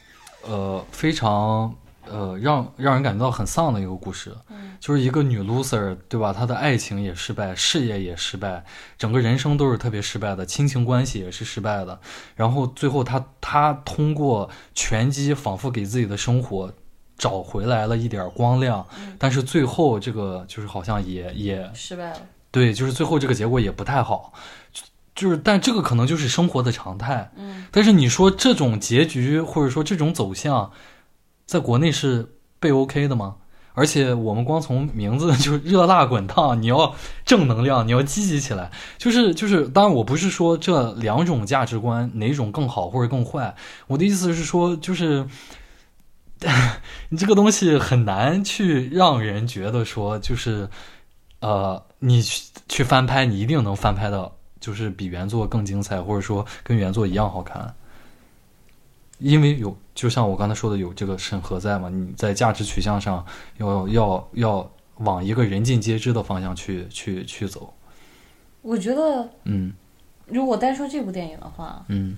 [SPEAKER 1] 呃非常呃让让人感觉到很丧的一个故事，就是一个女 loser 对吧？她的爱情也失败，事业也失败，整个人生都是特别失败的，亲情关系也是失败的。然后最后她她通过拳击，仿佛给自己的生活。找回来了一点儿光亮，但是最后这个就是好像也也
[SPEAKER 2] 失败了。
[SPEAKER 1] 对，就是最后这个结果也不太好，就就是但这个可能就是生活的常态。
[SPEAKER 2] 嗯，
[SPEAKER 1] 但是你说这种结局或者说这种走向，在国内是被 OK 的吗？而且我们光从名字就是热辣滚烫，你要正能量，你要积极起来，就是就是。当然，我不是说这两种价值观哪种更好或者更坏，我的意思是说，就是。 你这个东西很难去让人觉得说，就是，呃，你去去翻拍，你一定能翻拍到，就是比原作更精彩，或者说跟原作一样好看。因为有，就像我刚才说的，有这个审核在嘛，你在价值取向上要要要往一个人尽皆知的方向去去去走。
[SPEAKER 2] 我觉得
[SPEAKER 1] 嗯
[SPEAKER 2] 如果单说这部电影的话，
[SPEAKER 1] 嗯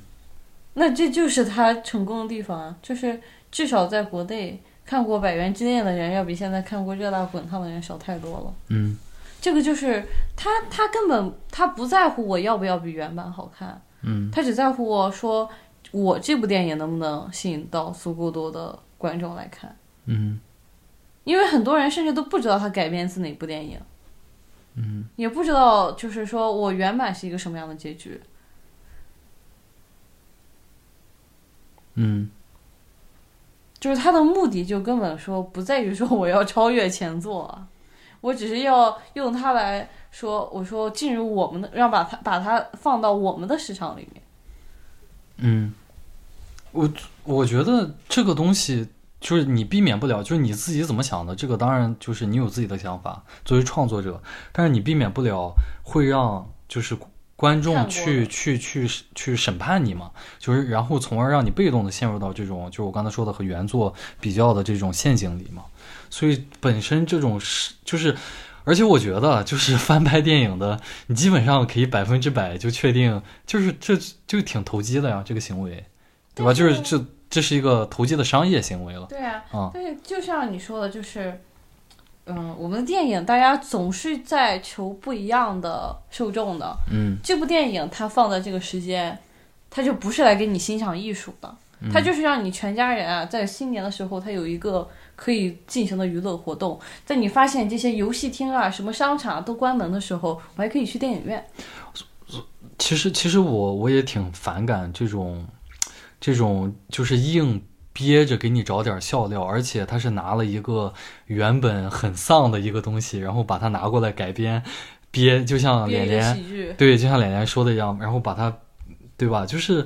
[SPEAKER 2] 那这就是他成功的地方啊，就是至少在国内看过《百元之恋》的人，要比现在看过《热辣滚烫》的人少太多了。
[SPEAKER 1] 嗯
[SPEAKER 2] 这个就是他，他根本他不在乎我要不要比原版好看，
[SPEAKER 1] 嗯
[SPEAKER 2] 他只在乎我说我这部电影能不能吸引到足够多的观众来看，
[SPEAKER 1] 嗯
[SPEAKER 2] 因为很多人甚至都不知道它改编自哪部电影，
[SPEAKER 1] 嗯，
[SPEAKER 2] 也不知道就是说我原版是一个什么样的结局。
[SPEAKER 1] 嗯
[SPEAKER 2] 就是他的目的就根本说不在于说我要超越前作啊，我只是要用它来说，我说进入我们的，让把它把它放到我们的市场里面。
[SPEAKER 1] 嗯，我我觉得这个东西就是你避免不了，就是你自己怎么想的，这个当然就是你有自己的想法，作为创作者，但是你避免不了会让就是观
[SPEAKER 2] 看
[SPEAKER 1] 众
[SPEAKER 2] 过
[SPEAKER 1] 去
[SPEAKER 2] 了
[SPEAKER 1] 去去去审判你嘛，就是然后从而让你被动的陷入到这种就是我刚才说的和原作比较的这种陷阱里嘛，所以本身这种是就是。而且我觉得，就是 翻拍电影的，你基本上可以百分之百就确定，就是这就挺投机的呀，这个行为，对吧？
[SPEAKER 2] 但
[SPEAKER 1] 就是
[SPEAKER 2] 是
[SPEAKER 1] 这这是一个投机的商业行为了。
[SPEAKER 2] 对啊，
[SPEAKER 1] 啊
[SPEAKER 2] 但是就像你说的，就是，嗯，我们的电影大家总是在求不一样的受众的。
[SPEAKER 1] 嗯
[SPEAKER 2] 这部电影它放在这个时间，它就不是来给你欣赏艺术的，
[SPEAKER 1] 嗯
[SPEAKER 2] 它就是让你全家人啊，在新年的时候，它有一个可以进行的娱乐活动。在你发现这些游戏厅啊、什么商场啊都关门的时候，我还可以去电影院。
[SPEAKER 1] 其实其实我我也挺反感这种，这种就是硬憋着给你找点笑料，而且他是拿了一个原本很丧的一个东西，然后把它拿过来改编，憋就像
[SPEAKER 2] 编
[SPEAKER 1] 脸
[SPEAKER 2] 一个
[SPEAKER 1] 脸
[SPEAKER 2] 喜剧，
[SPEAKER 1] 对，就像脸脸说的一样，然后把它，对吧？就是，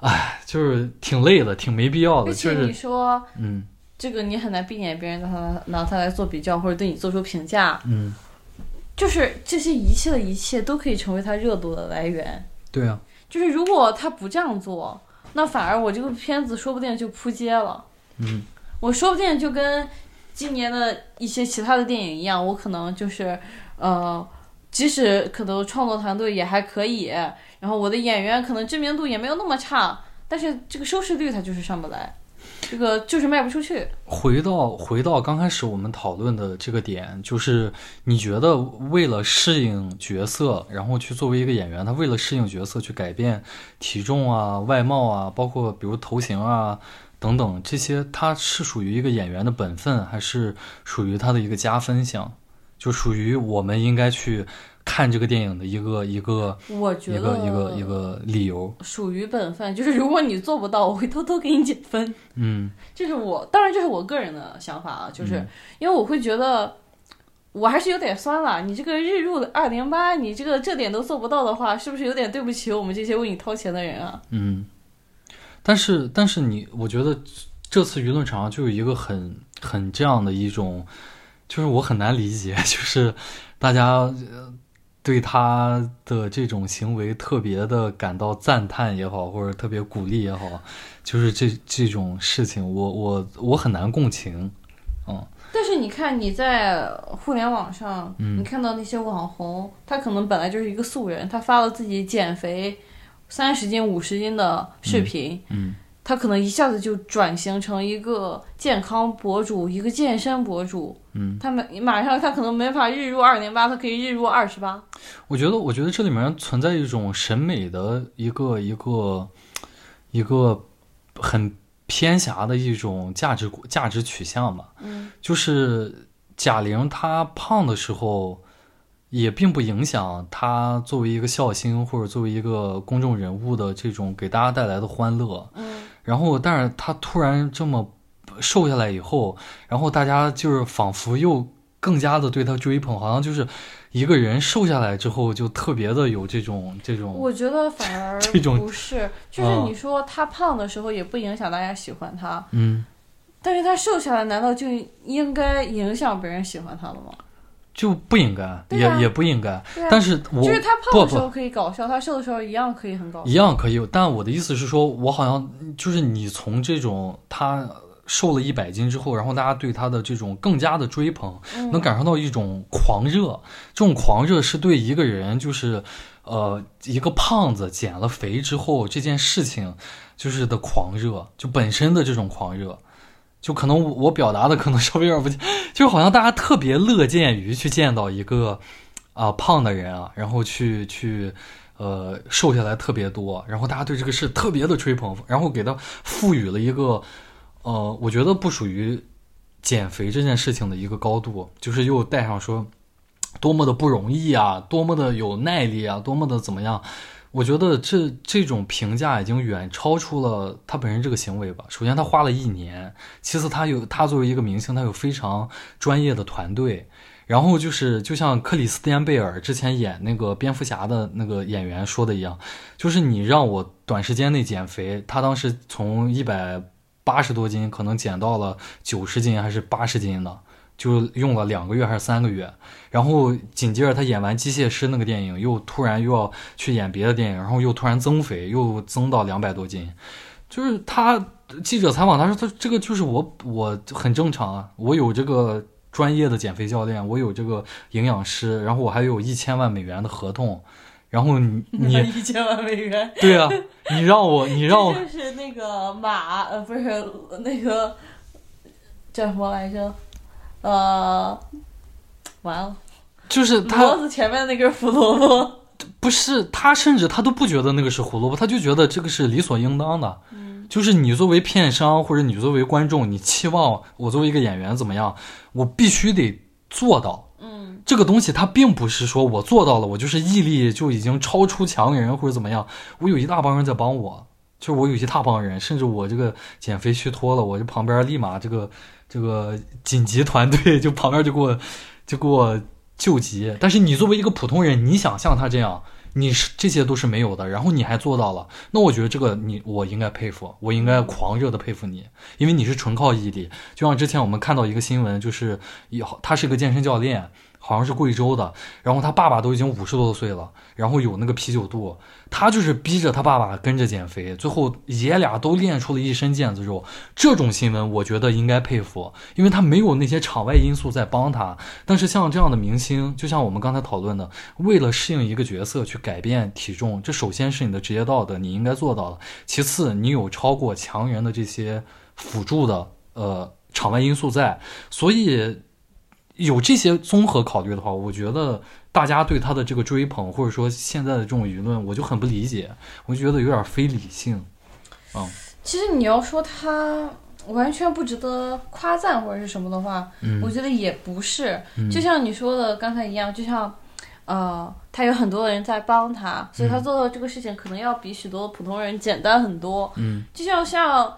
[SPEAKER 1] 哎，就是挺累的，挺没必要的，
[SPEAKER 2] 而
[SPEAKER 1] 就
[SPEAKER 2] 且你
[SPEAKER 1] 是
[SPEAKER 2] 说
[SPEAKER 1] 嗯
[SPEAKER 2] 这个，你很难避免别人拿它拿它来做比较，或者对你做出评价。
[SPEAKER 1] 嗯，
[SPEAKER 2] 就是这些一切的一切都可以成为它热度的来源。
[SPEAKER 1] 对啊，
[SPEAKER 2] 就是如果他不这样做，那反而我这个片子说不定就扑街了。
[SPEAKER 1] 嗯，
[SPEAKER 2] 我说不定就跟今年的一些其他的电影一样，我可能就是呃，即使可能创作团队也还可以，然后我的演员可能知名度也没有那么差，但是这个收视率它就是上不来，这个就是卖不出去。
[SPEAKER 1] 回到回到刚开始我们讨论的这个点，就是你觉得为了适应角色，然后去作为一个演员，他为了适应角色去改变体重啊、外貌啊，包括比如头型啊等等这些，它是属于一个演员的本分，还是属于他的一个加分项？就属于我们应该去看这个电影的一个一个
[SPEAKER 2] 我
[SPEAKER 1] 一
[SPEAKER 2] 觉
[SPEAKER 1] 个
[SPEAKER 2] 得
[SPEAKER 1] 一个一个理由。
[SPEAKER 2] 属于本分，就是如果你做不到，我会偷偷给你减分。
[SPEAKER 1] 嗯
[SPEAKER 2] 这是我，当然这是我个人的想法啊，就是因为我会觉得，我还是有点酸了。你这个日入的二零八，你这个这点都做不到的话，是不是有点对不起我们这些为你掏钱的人啊？
[SPEAKER 1] 嗯，但是但是你，我觉得这次舆论场上就有一个很很这样的一种，就是我很难理解， 就是大家呃对他的这种行为特别的感到赞叹也好，或者特别鼓励也好，就是这这种事情，我我我很难共情。嗯
[SPEAKER 2] 但是你看你在互联网上，
[SPEAKER 1] 嗯
[SPEAKER 2] 你看到那些网红，他可能本来就是一个素人，他发了自己减肥三十斤、五十斤的视频，
[SPEAKER 1] 嗯
[SPEAKER 2] 他可能一下子就转型成一个健康博主，一个健身博主。
[SPEAKER 1] 嗯，
[SPEAKER 2] 他们马上他可能没法日入二零八，他可以日入二十八。
[SPEAKER 1] 我觉得，我觉得这里面存在一种审美的一个一个一个很偏狭的一种价值观价值取向吧。
[SPEAKER 2] 嗯，
[SPEAKER 1] 就是贾玲她胖的时候，也并不影响她作为一个笑星或者作为一个公众人物的这种给大家带来的欢乐。
[SPEAKER 2] 嗯，
[SPEAKER 1] 然后，但是她突然这么瘦下来以后，然后大家就是仿佛又更加的对他追捧，好像就是一个人瘦下来之后就特别的有这种这种，
[SPEAKER 2] 我觉得反而
[SPEAKER 1] 这种
[SPEAKER 2] 不是，就是你说他胖的时候也不影响大家喜欢他，
[SPEAKER 1] 嗯，
[SPEAKER 2] 但是他瘦下来难道就应该影响别人喜欢他了吗？
[SPEAKER 1] 就不应该，
[SPEAKER 2] 对啊
[SPEAKER 1] 也也不应该。
[SPEAKER 2] 对啊，
[SPEAKER 1] 但是我
[SPEAKER 2] 就是他
[SPEAKER 1] 不
[SPEAKER 2] 胖的时
[SPEAKER 1] 不
[SPEAKER 2] 候可以搞笑，他瘦的时候一样可以很搞笑。
[SPEAKER 1] 一样可以，但我的意思是说，我好像就是你从这种他瘦了一百斤之后，然后大家对他的这种更加的追捧，
[SPEAKER 2] 嗯
[SPEAKER 1] 能感受到一种狂热。这种狂热是对一个人，就是呃，一个胖子减了肥之后这件事情，就是的狂热，就本身的这种狂热。就可能我我表达的可能稍微有点不， 就是好像大家特别乐见于去见到一个啊、胖的人啊，然后去去呃瘦下来特别多，然后大家对这个事特别的吹捧，然后给他赋予了一个呃，我觉得不属于减肥这件事情的一个高度，就是又带上说多么的不容易啊，多么的有耐力啊，多么的怎么样。我觉得这这种评价已经远超出了他本人这个行为吧。首先，他花了一年；其次，他有他作为一个明星，他有非常专业的团队。然后就是，就像克里斯蒂安贝尔之前演那个蝙蝠侠的那个演员说的一样，就是你让我短时间内减肥，他当时从一百八十多斤可能减到了九十斤还是八十斤呢，就用了两个月还是三个月。然后紧接着他演完《机械师》那个电影，又突然又要去演别的电影，然后又突然增肥，又增到两百多斤。就是他记者采访他说，他这个就是我我很正常啊，我有这个专业的减肥教练，我有这个营养师，然后我还有一千万美元的合同，然后你 你
[SPEAKER 2] 一千万美元，
[SPEAKER 1] 对啊，你让我你让我
[SPEAKER 2] 这就是那个马呃不是那个叫什么来着？呃，完了，
[SPEAKER 1] 就是
[SPEAKER 2] 脖
[SPEAKER 1] 他
[SPEAKER 2] 子前面那根胡萝卜。
[SPEAKER 1] 不是他，甚至他都不觉得那个是胡萝卜，他就觉得这个是理所应当的。就是你作为片商或者你作为观众，你期望我作为一个演员怎么样，我必须得做到。
[SPEAKER 2] 嗯，
[SPEAKER 1] 这个东西它并不是说我做到了，我就是毅力就已经超出强人或者怎么样，我有一大帮人在帮我，就是我有一大帮人，甚至我这个减肥虚脱了，我这旁边立马这个这个紧急团队就旁边就给我就给我救急。但是你作为一个普通人，你想像他这样，你是这些都是没有的，然后你还做到了，那我觉得这个你我应该佩服，我应该狂热的佩服你，因为你是纯靠毅力。就像之前我们看到一个新闻，就是有他是个健身教练，好像是贵州的，然后他爸爸都已经五十多岁了，然后有那个啤酒肚，他就是逼着他爸爸跟着减肥，最后爷俩都练出了一身腱子肉。这种新闻我觉得应该佩服，因为他没有那些场外因素在帮他。但是像这样的明星，就像我们刚才讨论的，为了适应一个角色去改变体重，这首先是你的职业道德，你应该做到的。其次，你有超过强人的这些辅助的呃场外因素在，所以有这些综合考虑的话，我觉得大家对他的这个追捧，或者说现在的这种舆论，我就很不理解，我就觉得有点非理性。
[SPEAKER 2] 其实你要说他完全不值得夸赞或者是什么的话，
[SPEAKER 1] 嗯
[SPEAKER 2] 我觉得也不是。
[SPEAKER 1] 嗯
[SPEAKER 2] 就像你说的刚才一样，就像。呃，他有很多人在帮他，所以他做到这个事情可能要比许多普通人简单很多。
[SPEAKER 1] 嗯，
[SPEAKER 2] 就像像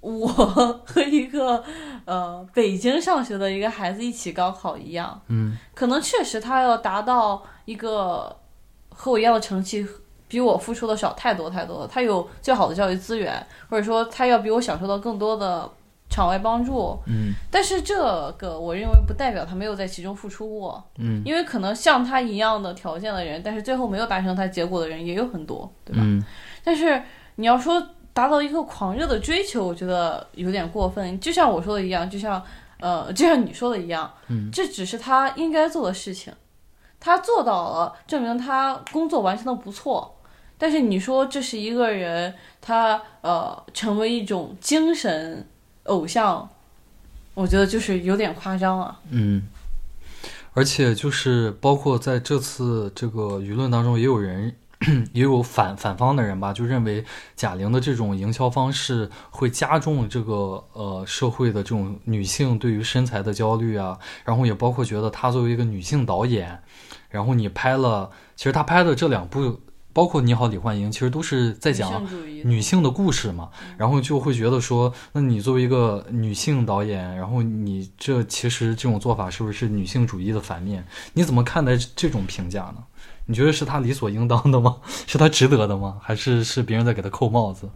[SPEAKER 2] 我和一个呃北京上学的一个孩子一起高考一样，
[SPEAKER 1] 嗯
[SPEAKER 2] 可能确实他要达到一个和我一样的成绩，比我付出的少太多太多了。他有最好的教育资源，或者说他要比我享受到更多的场外帮助。
[SPEAKER 1] 嗯
[SPEAKER 2] 但是这个我认为不代表他没有在其中付出过，
[SPEAKER 1] 嗯
[SPEAKER 2] 因为可能像他一样的条件的人，但是最后没有达成他结果的人也有很多，对吧？
[SPEAKER 1] 嗯
[SPEAKER 2] 但是你要说达到一个狂热的追求，我觉得有点过分。就像我说的一样，就像呃， 就像你说的一样，
[SPEAKER 1] 嗯
[SPEAKER 2] 这只是他应该做的事情，他做到了，证明他工作完成的不错。但是你说这是一个人，他呃成为一种精神偶像，我觉得就是有点夸张了、
[SPEAKER 1] 嗯。而且就是包括在这次这个舆论当中，也有人 也有反反方的人吧，就认为贾玲的这种营销方式会加重这个呃社会的这种女性对于身材的焦虑啊，然后也包括觉得她作为一个女性导演，然后你拍了，其实她拍的这两部包括《你好，李焕英》，其实都是在讲啊
[SPEAKER 2] 女性主义的
[SPEAKER 1] 女性的故事嘛，
[SPEAKER 2] 嗯
[SPEAKER 1] 然后就会觉得说，那你作为一个女性导演，然后你这其实这种做法是不是女性主义的反面？你怎么看待这种评价呢？你觉得是他理所应当的吗？ 是他值得的吗？还是是别人在给他扣帽子？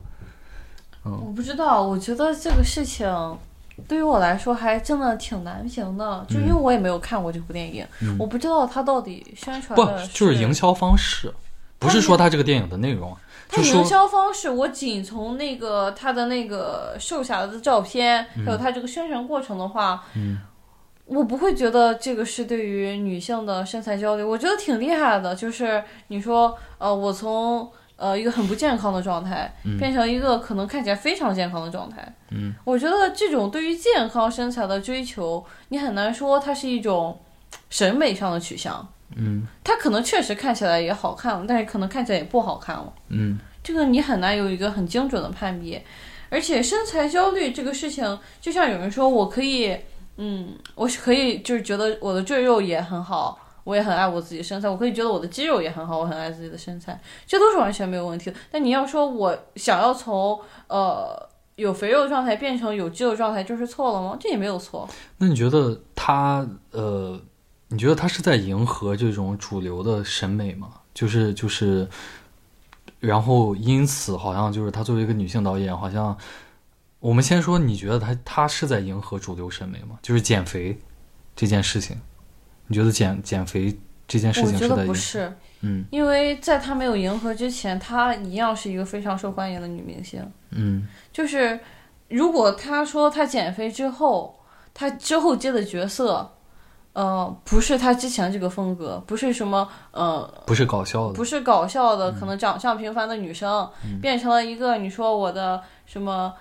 [SPEAKER 2] 我不知道，我觉得这个事情对于我来说还真的挺难评的，就
[SPEAKER 1] 嗯
[SPEAKER 2] 因为我也没有看过这部电影，我不知道它到底宣传
[SPEAKER 1] 不
[SPEAKER 2] 的，
[SPEAKER 1] 就是营销方式，不是说他这个电影的内容，啊就
[SPEAKER 2] 它营
[SPEAKER 1] 说
[SPEAKER 2] 销方式，我仅从那个它的那个瘦下来的照片，
[SPEAKER 1] 嗯
[SPEAKER 2] 还有它这个宣传过程的话，我不会觉得这个是对于女性的身材焦虑，我觉得挺厉害的。就是你说，呃，我从呃一个很不健康的状态，
[SPEAKER 1] 嗯
[SPEAKER 2] 变成一个可能看起来非常健康的状态，嗯，我觉得这种对于健康身材的追求，你很难说它是一种审美上的取向，
[SPEAKER 1] 嗯
[SPEAKER 2] 它可能确实看起来也好看了，但是可能看起来也不好看了。
[SPEAKER 1] 嗯
[SPEAKER 2] 这个你很难有一个很精准的判别。而且身材焦虑这个事情，就像有人说我可以，嗯，我是可以就是觉得我的赘肉也很好，我也很爱我自己的身材，我可以觉得我的肌肉也很好，我很爱自己的身材，这都是完全没有问题的。但你要说我想要从呃有肥肉状态变成有肌肉状态，这是错了吗？这也没有错。
[SPEAKER 1] 那你觉得他呃，你觉得他是在迎合这种主流的审美吗？就是就是，然后因此好像就是他作为一个女性导演，好像我们先说，你觉得他他是在迎合主流审美吗？就是减肥这件事情，你觉得减减肥这件事
[SPEAKER 2] 我
[SPEAKER 1] 情
[SPEAKER 2] 觉
[SPEAKER 1] 是在
[SPEAKER 2] 得
[SPEAKER 1] 迎
[SPEAKER 2] 不
[SPEAKER 1] 合？
[SPEAKER 2] 是，
[SPEAKER 1] 嗯
[SPEAKER 2] 因为在她没有迎合之前，她一样是一个非常受欢迎的女明星。
[SPEAKER 1] 嗯
[SPEAKER 2] 就是如果他说他减肥之后，他之后接的角色，呃，不是他之前这个风格，不是什么呃，
[SPEAKER 1] 不是搞笑的，
[SPEAKER 2] 不是搞笑的，
[SPEAKER 1] 嗯
[SPEAKER 2] 可能长相平凡的女生，变成了一个你说我的什么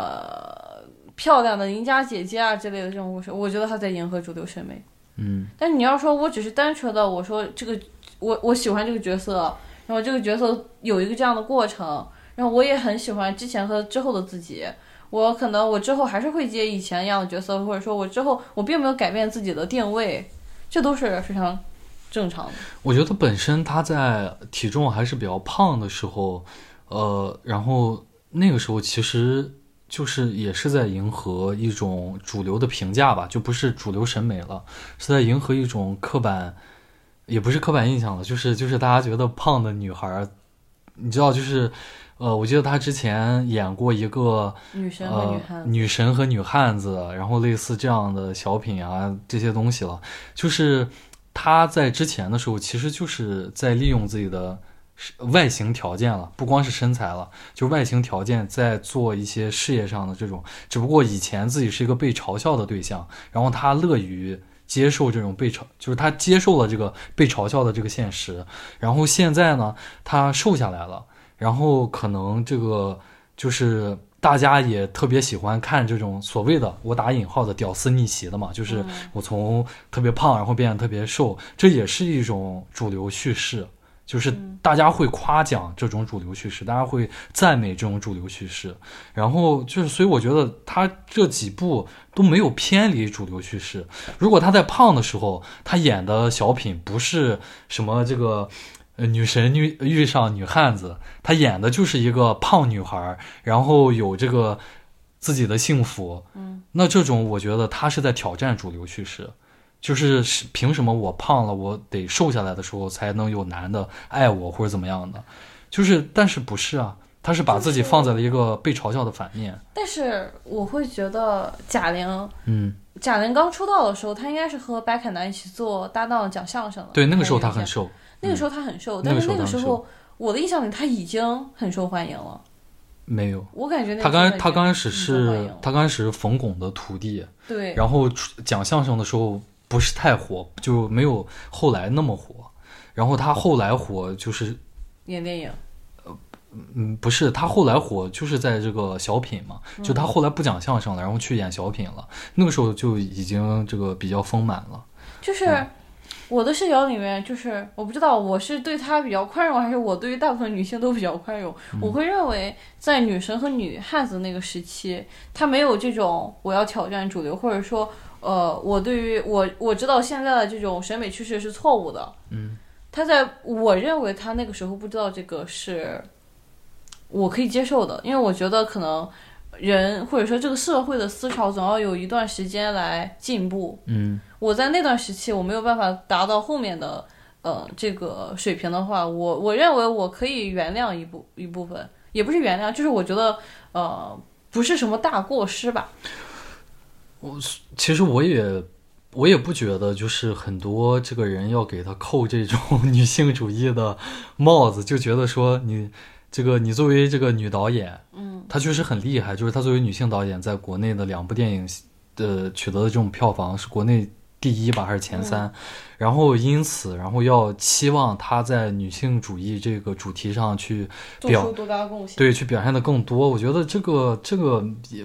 [SPEAKER 2] 呃漂亮的邻家姐姐啊之类的这种故事，我觉得他在迎合主流审美。
[SPEAKER 1] 嗯
[SPEAKER 2] 但你要说我只是单纯的我说这个我我喜欢这个角色，然后这个角色有一个这样的过程，然后我也很喜欢之前和之后的自己。我可能我之后还是会接以前一样的角色，或者说我之后我并没有改变自己的定位，这都是非常正常的。
[SPEAKER 1] 我觉得本身他在体重还是比较胖的时候，呃，然后那个时候其实就是也是在迎合一种主流的评价吧，就不是主流审美了，是在迎合一种刻板，也不是刻板印象了，就是就是大家觉得胖的女孩儿，你知道，就是，呃，我记得她之前演过一个
[SPEAKER 2] 女神和女
[SPEAKER 1] 呃
[SPEAKER 2] 汉，子，
[SPEAKER 1] 女神和女汉子，然后类似这样的小品啊这些东西了，就是他在之前的时候，其实就是在利用自己的是外形条件了，不光是身材了，就外形条件在做一些事业上的这种，只不过以前自己是一个被嘲笑的对象，然后他乐于。接受这种被嘲，就是他接受了这个被嘲笑的这个现实，然后现在呢，他瘦下来了，然后可能这个就是大家也特别喜欢看这种所谓的我打引号的屌丝逆袭的嘛，
[SPEAKER 2] 嗯
[SPEAKER 1] 就是我从特别胖然后变得特别瘦，这也是一种主流叙事。就是大家会夸奖这种主流叙事，大家会赞美这种主流叙事，然后就是，所以我觉得他这几部都没有偏离主流叙事。如果他在胖的时候，他演的小品不是什么这个呃女神遇遇上女汉子，她演的就是一个胖女孩儿，然后有这个自己的幸福。嗯，那这种我觉得她是在挑战主流叙事，就是是凭什么我胖了，我得瘦下来的时候才能有男的爱我或者怎么样的？就是，但是不是啊？她是把自己放在了一个被嘲笑的反面。
[SPEAKER 2] 但是我会觉得贾玲，
[SPEAKER 1] 嗯，
[SPEAKER 2] 贾玲刚出道的时候，她应该是和白凯南一起做搭档讲相声的。
[SPEAKER 1] 对，那个时候她
[SPEAKER 2] 还有一
[SPEAKER 1] 很
[SPEAKER 2] 些
[SPEAKER 1] 瘦。
[SPEAKER 2] 那个时候她很瘦，
[SPEAKER 1] 嗯
[SPEAKER 2] 但是
[SPEAKER 1] 那
[SPEAKER 2] 那
[SPEAKER 1] 个
[SPEAKER 2] 个
[SPEAKER 1] 时候她
[SPEAKER 2] 时
[SPEAKER 1] 很瘦
[SPEAKER 2] 候我的印象里她已经很受欢迎了。
[SPEAKER 1] 没有，
[SPEAKER 2] 我感觉那个
[SPEAKER 1] 她刚
[SPEAKER 2] 时候已
[SPEAKER 1] 她
[SPEAKER 2] 经
[SPEAKER 1] 刚开始
[SPEAKER 2] 很受欢迎
[SPEAKER 1] 是
[SPEAKER 2] 了
[SPEAKER 1] 她刚开始是冯巩的徒弟，
[SPEAKER 2] 对，
[SPEAKER 1] 然后出讲相声的时候不是太火，就没有后来那么火。然后他后来火就是，
[SPEAKER 2] 演电影，
[SPEAKER 1] 嗯，不是他后来火就是在这个小品嘛，就他后来不讲相声了，然后去演小品了。那个时候就已经这个比较丰满了。
[SPEAKER 2] 就是我的视角里面，就是我不知道我是对她比较宽容，还是我对于大部分女性都比较宽容。我会认为，在女神和女汉子那个时期，她没有这种我要挑战主流，或者说，呃，我对于我我知道现在的这种审美趋势是错误的，嗯，他在我认为他那个时候不知道这个是我可以接受的，因为我觉得可能人或者说这个社会的思潮总要有一段时间来进步。
[SPEAKER 1] 嗯
[SPEAKER 2] 我在那段时期我没有办法达到后面的呃这个水平的话，我我认为我可以原谅一部一部分，也不是原谅，就是我觉得呃不是什么大过失吧。
[SPEAKER 1] 其实我也我也不觉得，就是很多这个人要给他扣这种女性主义的帽子，就觉得说你这个你作为这个女导演，嗯，她确实很厉害，就是她作为女性导演，在国内的两部电影呃取得的这种票房是国内第一吧，还是前三？然后因此，然后要期望她在女性主义这个主题上去
[SPEAKER 2] 做
[SPEAKER 1] 表
[SPEAKER 2] 出多大贡献？
[SPEAKER 1] 对，去表现的更多。我觉得这个这个也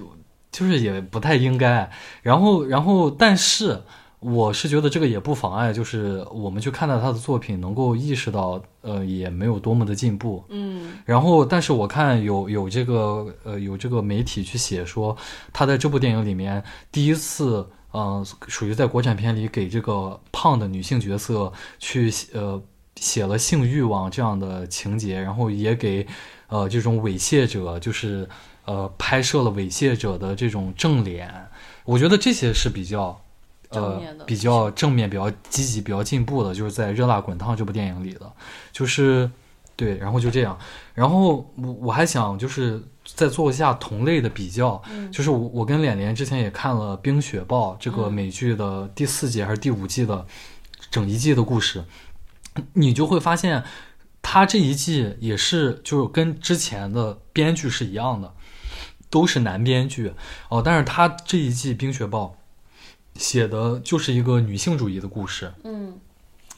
[SPEAKER 1] 就是也不太应该。然后然后，但是我是觉得这个也不妨碍，就是我们去看待他的作品，能够意识到，呃，也没有多么的进步。
[SPEAKER 2] 嗯，
[SPEAKER 1] 然后，但是我看有有这个呃有这个媒体去写说，他在这部电影里面第一次，嗯、属于在国产片里给这个胖的女性角色去呃写了性欲望这样的情节，然后也给呃这种猥亵者就是呃拍摄了猥亵者的这种正脸，我觉得这些是比较。
[SPEAKER 2] 正
[SPEAKER 1] 呃
[SPEAKER 2] 面的，
[SPEAKER 1] 比较正面、比较积极、比较进步的，就是在《热辣滚烫》这部电影里的，就是对，然后就这样，然后我我还想就是再做一下同类的比较，
[SPEAKER 2] 嗯
[SPEAKER 1] 就是我我跟脸脸之前也看了《冰雪暴》这个
[SPEAKER 2] 嗯
[SPEAKER 1] 美剧的第四季还是第五季的整一季的故事，你就会发现，它这一季也是就是跟之前的编剧是一样的，都是男编剧哦，但是他这一季《冰雪暴》写的就是一个女性主义的故事，
[SPEAKER 2] 嗯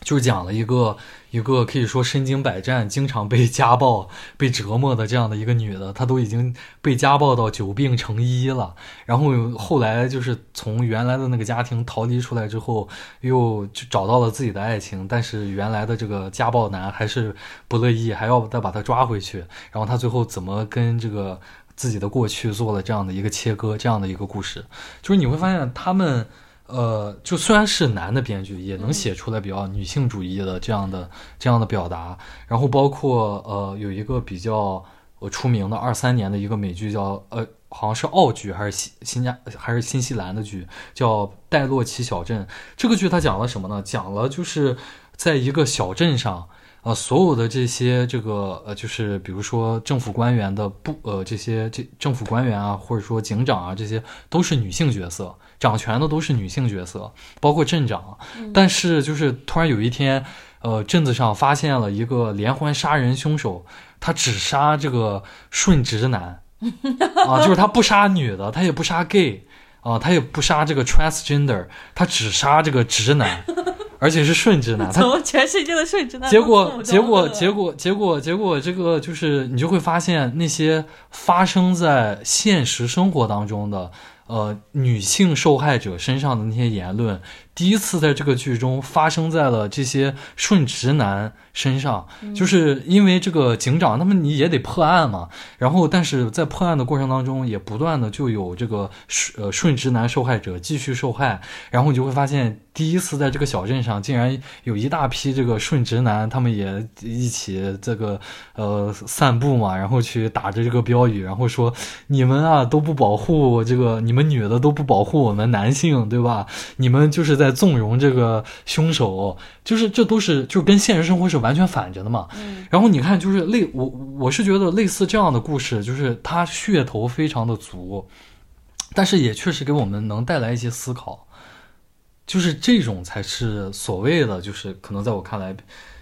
[SPEAKER 1] 就是讲了一个一个可以说身经百战、经常被家暴、被折磨的这样的一个女的，她都已经被家暴到久病成医了。然后后来就是从原来的那个家庭逃离出来之后，又就找到了自己的爱情，但是原来的这个家暴男还是不乐意，还要再把她抓回去。然后她最后怎么跟这个自己的过去做了这样的一个切割，这样的一个故事，就是你会发现他们。呃，就虽然是男的编剧，也能写出来比较女性主义的这样的、这样的表达。然后包括呃，有一个比较呃出名的二三年的一个美剧叫呃，好像是澳剧还是新新加还是新西兰的剧，叫《戴洛奇小镇》。这个剧它讲了什么呢？讲了就是在一个小镇上。呃，所有的这些这个呃，就是比如说政府官员的部呃，这些这政府官员啊，或者说警长啊，这些都是女性角色，掌权的都是女性角色，包括镇长。啊但是就是突然有一天，呃，镇子上发现了一个连环杀人凶手，他只杀这个顺直男，啊，就是他不杀女的，他也不杀 gay，啊，他也不杀这个 transgender，他只杀这个直男，而且是顺直啊男，他
[SPEAKER 2] 怎么全世界的睡直男
[SPEAKER 1] 结
[SPEAKER 2] 都
[SPEAKER 1] 果，结
[SPEAKER 2] 这么
[SPEAKER 1] 果，
[SPEAKER 2] 着
[SPEAKER 1] 结果，结果，结果，这个就是你就会发现那些发生在现实生活当中的呃女性受害者身上的那些言论，第一次在这个剧中发生在了这些顺直男身上，就是因为这个警长，他们你也得破案嘛，然后但是在破案的过程当中，也不断的就有这个顺呃顺直男受害者继续受害，然后你就会发现，第一次在这个小镇上，竟然有一大批这个顺直男，他们也一起这个呃散步嘛，然后去打着这个标语，然后说你们啊都不保护这个，你们女的都不保护我们男性，对吧？你们就是在纵容这个凶手，就是这都是就是跟现实生活是完全反着的嘛。
[SPEAKER 2] 嗯
[SPEAKER 1] 然后你看，就是类我我是觉得类似这样的故事，就是它噱头非常的足，但是也确实给我们能带来一些思考。就是这种才是所谓的，就是可能在我看来，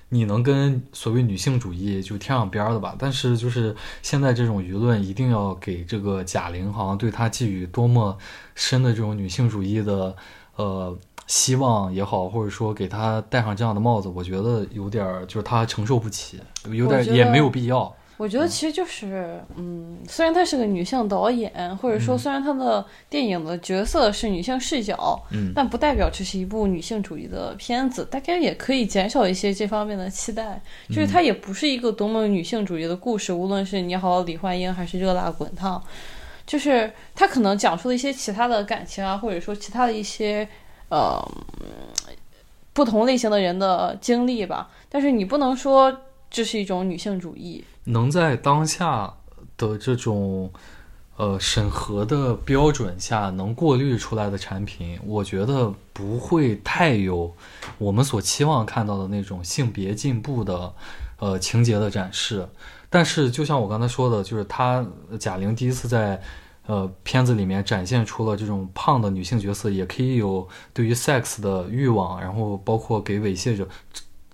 [SPEAKER 1] 你能跟所谓女性主义就贴上边儿的吧？但是就是现在这种舆论，一定要给这个贾玲好像对她寄予多么深的这种女性主义的呃希望也好，或者说给她戴上这样的帽子，我觉得有点儿就是她承受不起，有点儿
[SPEAKER 2] 我觉得
[SPEAKER 1] 也没有必要。
[SPEAKER 2] 我觉得其实就是，嗯，虽然她是个女性导演，或者说虽然她的电影的角色是女性视角，
[SPEAKER 1] 嗯
[SPEAKER 2] 但不代表这是一部女性主义的片子。大家也可以减少一些这方面的期待，就是它也不是一个多么女性主义的故事，无论是《你好，李焕英》还是《热辣滚烫》，就是她可能讲述了一些其他的感情啊，或者说其他的一些，呃。不同类型的人的经历吧。但是你不能说这是一种女性主义，
[SPEAKER 1] 能在当下的这种呃审核的标准下能过滤出来的产品，我觉得不会太有我们所期望看到的那种性别进步的呃情节的展示。但是就像我刚才说的，就是她贾玲第一次在。呃，片子里面展现出了这种胖的女性角色，也可以有对于 sex 的欲望，然后包括给猥亵者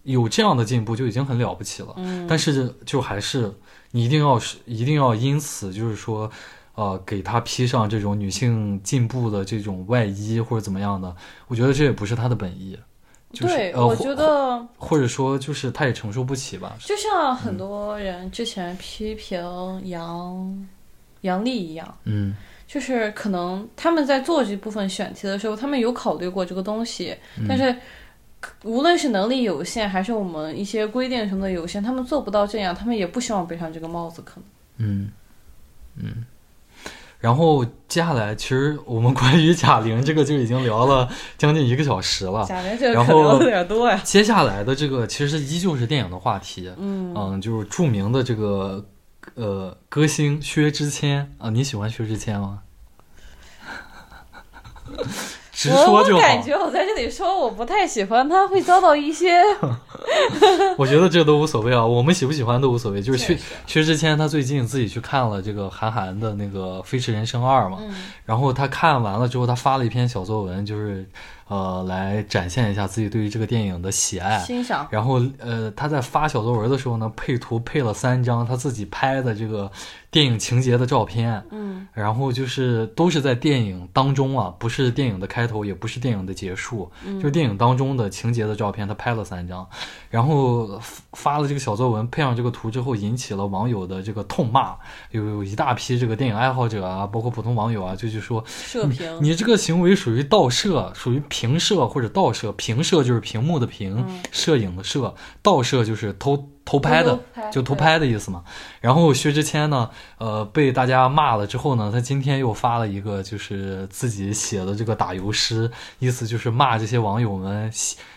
[SPEAKER 1] 有这样的进步就已经很了不起了。
[SPEAKER 2] 嗯
[SPEAKER 1] 但是就还是你一定要是一定要因此就是说，呃，给她披上这种女性进步的这种外衣或者怎么样的，我觉得这也不是她的本意。就是
[SPEAKER 2] 对，
[SPEAKER 1] 呃
[SPEAKER 2] 我觉得
[SPEAKER 1] 或嗯者说就是她也承受不起吧。
[SPEAKER 2] 就像很多人之前批评杨杨笠一样，
[SPEAKER 1] 嗯
[SPEAKER 2] 就是可能他们在做这部分选题的时候，他们有考虑过这个东西，
[SPEAKER 1] 嗯
[SPEAKER 2] 但是无论是能力有限，还是我们一些规定什么的有限，他们做不到这样，他们也不希望背上这个帽子。可能
[SPEAKER 1] 嗯嗯。然后接下来，其实我们关于贾玲这个就已经聊了将近一个小时了。
[SPEAKER 2] 贾玲这
[SPEAKER 1] 啊然
[SPEAKER 2] 个可
[SPEAKER 1] 后
[SPEAKER 2] 聊的有点 多呀。
[SPEAKER 1] 接下来的这个其实依旧是电影的话题，
[SPEAKER 2] 嗯，
[SPEAKER 1] 嗯，就是著名的这个呃歌星薛之谦啊，你喜欢薛之谦吗？ 直说就
[SPEAKER 2] 我
[SPEAKER 1] 好，
[SPEAKER 2] 我感觉我在这里说我不太喜欢他，会遭到一些
[SPEAKER 1] 我觉得这都无所谓啊，我们喜不喜欢都无所谓。就是薛
[SPEAKER 2] 确
[SPEAKER 1] 薛
[SPEAKER 2] 实
[SPEAKER 1] 之谦他最近自己去看了这个韩寒的那个《飞驰人生二》嘛，
[SPEAKER 2] 嗯
[SPEAKER 1] 然后他看完了之后，他发了一篇小作文，就是呃来展现一下自己对于这个电影的喜爱。
[SPEAKER 2] 欣赏。
[SPEAKER 1] 然后呃，他在发小作文的时候呢，配图配了三张他自己拍的这个电影情节的照片，
[SPEAKER 2] 嗯，
[SPEAKER 1] 然后就是都是在电影当中啊，不是电影的开头，也不是电影的结束，就是电影当中的情节的照片，他拍了三张，然后发发了这个小作文，配上这个图之后，引起了网友的这个痛骂，有有一大批这个电影爱好者啊，包括普通网友啊，就去说
[SPEAKER 2] 射评。
[SPEAKER 1] 你这个行为属于盗摄，属于平摄或者盗摄。平摄就是屏幕的屏，摄影的摄；盗摄就是偷偷拍的
[SPEAKER 2] 嗯偷，拍
[SPEAKER 1] 就偷拍的意思嘛。然后薛之谦呢，呃，被大家骂了之后呢，他今天又发了一个就是自己写的这个打油诗，意思就是骂这些网友们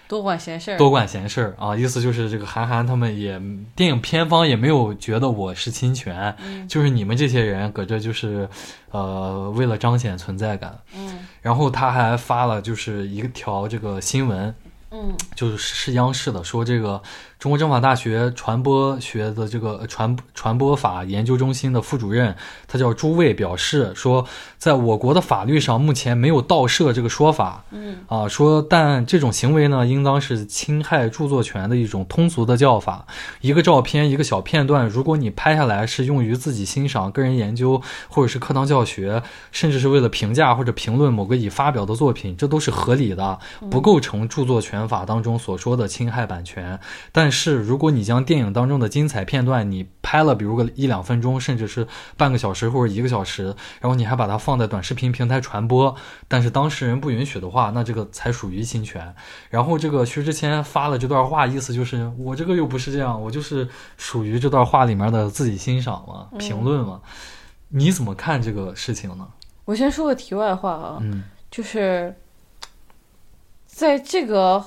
[SPEAKER 2] 多管闲事儿。
[SPEAKER 1] 多管闲事儿啊，意思就是这个韩寒他们也电影片方也没有觉得我是侵权，
[SPEAKER 2] 嗯
[SPEAKER 1] 就是你们这些人搁这就是，呃，为了彰显存在感，
[SPEAKER 2] 嗯
[SPEAKER 1] 然后他还发了就是一条这个新闻，
[SPEAKER 2] 嗯
[SPEAKER 1] 就是是央视的，说这个中国政法大学传播学的这个呃传传播法研究中心的副主任，他叫朱卫，表示说，在我国的法律上目前没有盗摄这个说法，
[SPEAKER 2] 嗯
[SPEAKER 1] 啊，说但这种行为呢，应当是侵害著作权的一种通俗的叫法。一个照片，一个小片段，如果你拍下来是用于自己欣赏、个人研究，或者是课堂教学，甚至是为了评价或者评论某个已发表的作品，这都是合理的，不构成著作权法当中所说的侵害版权。但是，如果你将电影当中的精彩片段，你拍了比如个一两分钟，甚至是半个小时或者一个小时，然后你还把它放在短视频平台传播，但是当事人不允许的话，那这个才属于侵权。然后这个薛之谦发了这段话，意思就是我这个又不是这样，我就是属于这段话里面的自己欣赏嘛、评论嘛。你怎么看这个事情呢？
[SPEAKER 2] 我先说个题外话啊，
[SPEAKER 1] 嗯
[SPEAKER 2] 就是在这个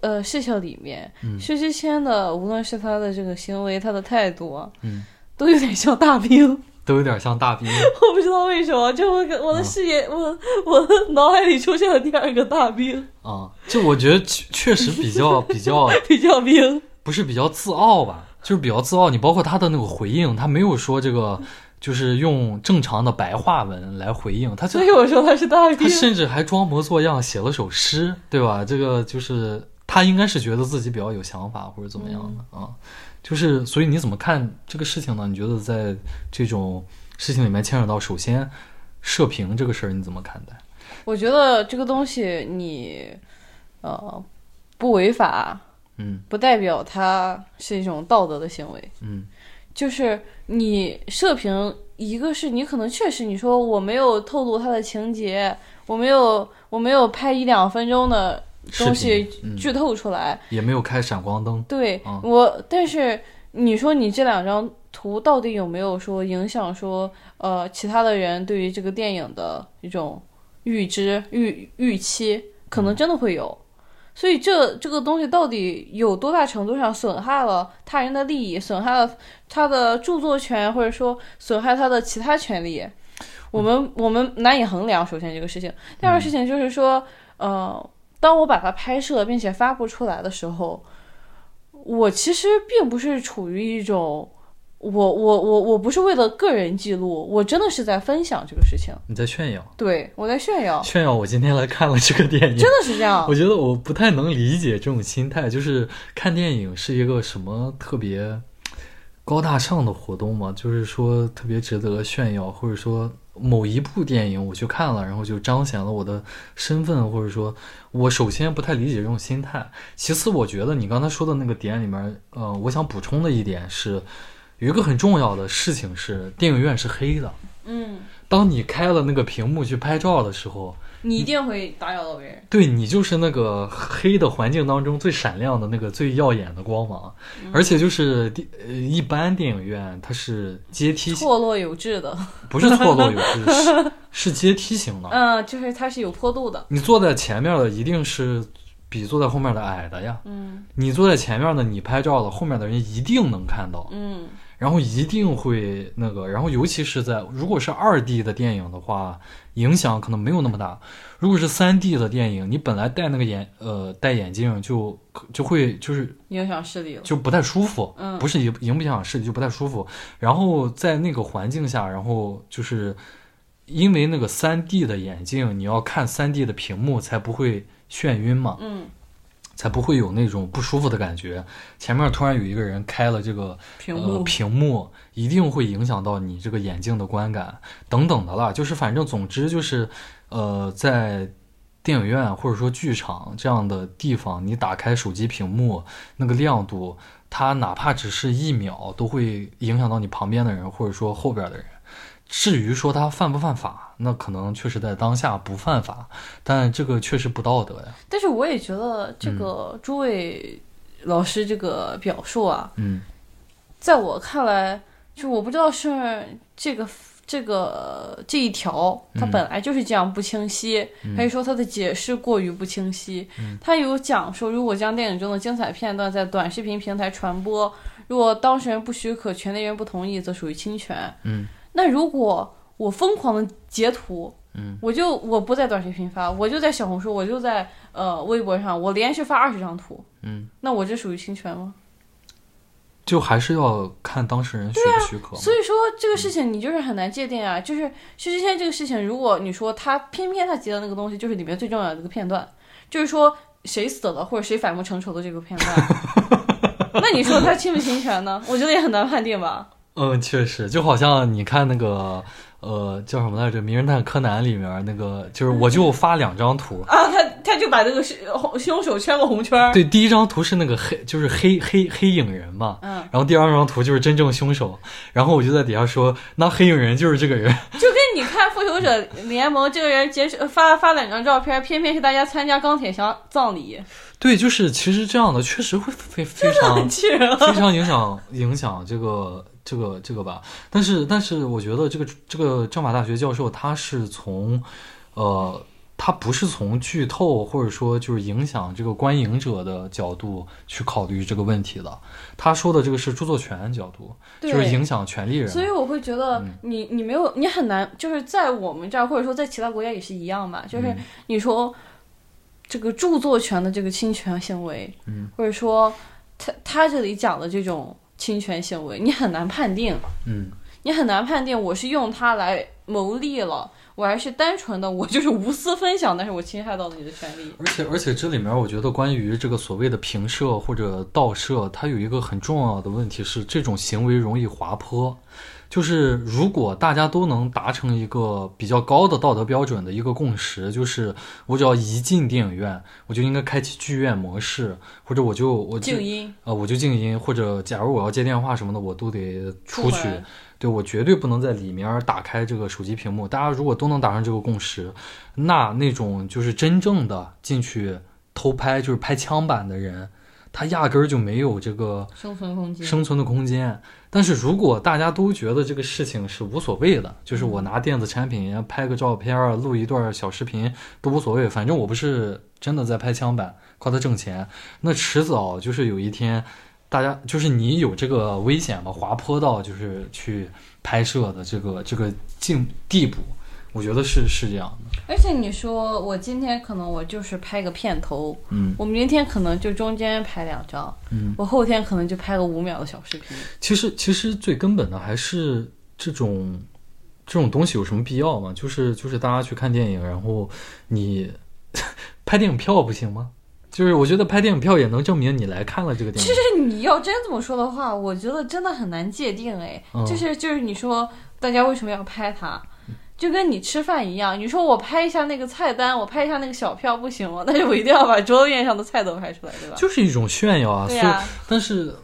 [SPEAKER 2] 呃事情里面，
[SPEAKER 1] 嗯
[SPEAKER 2] 薛之谦的无论是他的这个行为，他的态度啊，
[SPEAKER 1] 嗯，
[SPEAKER 2] 都有点像大兵。
[SPEAKER 1] 都有点像大兵。
[SPEAKER 2] 我不知道为什么，就我我的视
[SPEAKER 1] 嗯
[SPEAKER 2] 野，我我的脑海里出现了第二个大兵，
[SPEAKER 1] 啊、就我觉得确确实比较比较，
[SPEAKER 2] 比较兵。
[SPEAKER 1] 不是比较自傲吧，就是比较自傲。你包括他的那个回应，他没有说这个，就是用正常的白话文来回应，他就
[SPEAKER 2] 所以我说他是大
[SPEAKER 1] 他
[SPEAKER 2] 兵。
[SPEAKER 1] 甚至还装模作样写了首诗，对吧？这个就是他应该是觉得自己比较有想法或者怎么样的、
[SPEAKER 2] 嗯
[SPEAKER 1] 啊。就是所以你怎么看这个事情呢？你觉得在这种事情里面牵扯到首先射频这个事儿，你怎么看待？
[SPEAKER 2] 我觉得这个东西你呃不违法，
[SPEAKER 1] 嗯
[SPEAKER 2] 不代表它是一种道德的行为。
[SPEAKER 1] 嗯
[SPEAKER 2] 就是你射评，一个是你可能确实你说我没有透露他的情节，我没有我没有拍一两分钟的东西
[SPEAKER 1] 视频嗯
[SPEAKER 2] 剧透出来，
[SPEAKER 1] 也没有开闪光灯，
[SPEAKER 2] 对、
[SPEAKER 1] 嗯
[SPEAKER 2] 我，但是你说你这两张图到底有没有说影响说呃其他的人对于这个电影的一种预知预预期，可能真的会有。所以这这个东西到底有多大程度上损害了他人的利益，损害了他的著作权，或者说损害他的其他权利，我们我们难以衡量。首先这个事情，第二个事情就是说，呃，当我把它拍摄并且发布出来的时候，我其实并不是处于一种。我我我我不是为了个人记录，我真的是在分享这个事情。
[SPEAKER 1] 你在炫耀，
[SPEAKER 2] 对我在炫耀，
[SPEAKER 1] 炫耀我今天来看了这个电影，
[SPEAKER 2] 真的是这样。
[SPEAKER 1] 我觉得我不太能理解这种心态，就是看电影是一个什么特别高大上的活动吗？就是说特别值得炫耀，或者说某一部电影我去看了，然后就彰显了我的身份，或者说，我首先不太理解这种心态。其次，我觉得你刚才说的那个点里面，呃，我想补充的一点是，有一个很重要的事情是，电影院是黑的。
[SPEAKER 2] 嗯，
[SPEAKER 1] 当你开了那个屏幕去拍照的时候，
[SPEAKER 2] 你一定会打扰到别人。
[SPEAKER 1] 对你就是那个黑的环境当中最闪亮的那个最耀眼的光芒，而且就是地呃一般电影院它是阶梯型，
[SPEAKER 2] 错落有致的，
[SPEAKER 1] 不是错落有致，是是阶梯型的。
[SPEAKER 2] 嗯，就是它是有坡度的。
[SPEAKER 1] 你坐在前面的一定是比坐在后面的矮的呀，
[SPEAKER 2] 嗯
[SPEAKER 1] 你坐在前面的你拍照了，后面的人一定能看到，
[SPEAKER 2] 嗯
[SPEAKER 1] 然后一定会那个，然后尤其是在如果是二 D 的电影的话，影响可能没有那么大。如果是三 D 的电影，你本来戴那个眼呃戴眼镜就就会就是
[SPEAKER 2] 影响视力了。
[SPEAKER 1] 就不太舒服，
[SPEAKER 2] 嗯
[SPEAKER 1] 不是影影不影响视力就不太舒服。然后在那个环境下，然后就是因为那个三 D 的眼镜，你要看三 D 的屏幕才不会眩晕嘛，
[SPEAKER 2] 嗯，
[SPEAKER 1] 才不会有那种不舒服的感觉。前面突然有一个人开了这个
[SPEAKER 2] 屏
[SPEAKER 1] 呃、
[SPEAKER 2] 幕。
[SPEAKER 1] 屏幕一定会影响到你这个眼镜的观感等等的啦。就是反正总之就是，呃，在电影院或者说剧场这样的地方，你打开手机屏幕那个亮度，它哪怕只是一秒，都会影响到你旁边的人或者说后边的人。至于说它犯不犯法，那可能确实在当下不犯法，但这个确实不道德呀。
[SPEAKER 2] 但是我也觉得
[SPEAKER 1] 嗯
[SPEAKER 2] 这个诸位老师这个表述啊，
[SPEAKER 1] 嗯
[SPEAKER 2] 在我看来，就我不知道是这个这个这一条，它
[SPEAKER 1] 嗯
[SPEAKER 2] 本来就是这样不清晰，还是说它的解释过于不清晰？
[SPEAKER 1] 嗯
[SPEAKER 2] 它有讲说，如果将电影中的精彩片段在短视频平台传播，如果当事人不许可，权利人不同意，则属于侵权。
[SPEAKER 1] 嗯，
[SPEAKER 2] 那如果我疯狂的截图。
[SPEAKER 1] 嗯，
[SPEAKER 2] 我就我不在短视频发，我就在小红书，我就在呃微博上，我连续发二十张图，
[SPEAKER 1] 嗯，
[SPEAKER 2] 那我这属于侵权吗？
[SPEAKER 1] 就还是要看当事人许
[SPEAKER 2] 啊
[SPEAKER 1] 不许可嘛。
[SPEAKER 2] 所以说这个事情你就是很难界定啊，就是薛之谦这个事情，如果你说他偏偏他截的那个东西就是里面最重要的一个片段，就是说谁死了或者谁反目成仇的这个片段，那你说他侵不侵权呢？我觉得也很难判定吧。
[SPEAKER 1] 嗯，确实，就好像你看那个，呃，叫什么来着，《名侦探柯南》里面那个，就是我就发两张图，
[SPEAKER 2] 啊，他他就把这个是凶手圈个红圈儿，
[SPEAKER 1] 对，第一张图是那个黑，就是黑黑黑影人嘛，
[SPEAKER 2] 嗯，
[SPEAKER 1] 然后第二张图就是真正凶手，然后我就在底下说，那黑影人就是这个人，
[SPEAKER 2] 就跟你看《复仇者联盟》这个人截发发两张照片，偏偏是大家参加钢铁侠葬礼，
[SPEAKER 1] 对，就是其实这样的确实会非非
[SPEAKER 2] 很
[SPEAKER 1] 常
[SPEAKER 2] 气人了。
[SPEAKER 1] 非常影响影响这个这个这个吧。但是但是，我觉得这个这个政法大学教授他是从，呃，他不是从剧透或者说就是影响这个观影者的角度去考虑这个问题的。他说的这个是著作权角度，就
[SPEAKER 2] 对
[SPEAKER 1] 是影响权利人。
[SPEAKER 2] 所以我会觉得
[SPEAKER 1] 嗯
[SPEAKER 2] 你你没有你很难，就是在我们这儿或者说在其他国家也是一
[SPEAKER 1] 嗯
[SPEAKER 2] 样嘛，就是你说这个著作权的这个侵权行为，
[SPEAKER 1] 嗯
[SPEAKER 2] 或者说他他这里讲的这种侵权行为，你很难判定，
[SPEAKER 1] 嗯，
[SPEAKER 2] 你很难判定我是用它来牟利了，我还是单纯的我就是无私分享，但是我侵害到了你的权利。
[SPEAKER 1] 而且而且这里面我觉得关于这个所谓的平射或者倒射，它有一个很重要的问题是，这种行为容易滑坡。就是如果大家都能达成一个比较高的道德标准的一个共识，就是我只要一进电影院，我就应该开启剧院模式，或者我就我就
[SPEAKER 2] 静音，
[SPEAKER 1] 呃我就静音，或者假如我要接电话什么的，我都得出
[SPEAKER 2] 出
[SPEAKER 1] 去
[SPEAKER 2] 门。
[SPEAKER 1] 对我绝对不能在里面打开这个手机屏幕。大家如果都能达成这个共识，那那种就是真正的进去偷拍，就是拍枪版的人，它压根儿就没有这个
[SPEAKER 2] 生存空间。
[SPEAKER 1] 生存的空间。但是如果大家都觉得这个事情是无所谓的，就是我拿电子产品拍个照片儿、录一段小视频都无所谓，反正我不是真的在拍枪版，靠它挣钱。那迟早就是有一天，大家就是你有这个危险吧，滑坡到就是去拍摄的这个这个境地步，我觉得是是这样的。
[SPEAKER 2] 而且你说我今天可能我就是拍个片头，
[SPEAKER 1] 嗯，
[SPEAKER 2] 我明天可能就中间拍两张，
[SPEAKER 1] 嗯，
[SPEAKER 2] 我后天可能就拍个五秒的小 视频。
[SPEAKER 1] 其实，其实最根本的还是这种这种东西有什么必要吗？就是就是大家去看电影，然后你 拍电影票不行吗？就是我觉得拍电影票也能证明你来看了这个电
[SPEAKER 2] 其
[SPEAKER 1] 影
[SPEAKER 2] 实。你要真这么说的话，我觉得真的很难界定哎。
[SPEAKER 1] 嗯
[SPEAKER 2] 就是就是你说大家为什么要拍它，就跟你吃饭一样，你说我拍一下那个菜单，我拍一下那个小票不行吗？但是我一定要把桌面上的菜都拍出来，对吧？
[SPEAKER 1] 就是一种炫耀啊，
[SPEAKER 2] 对
[SPEAKER 1] 所
[SPEAKER 2] 呀、
[SPEAKER 1] 以但是，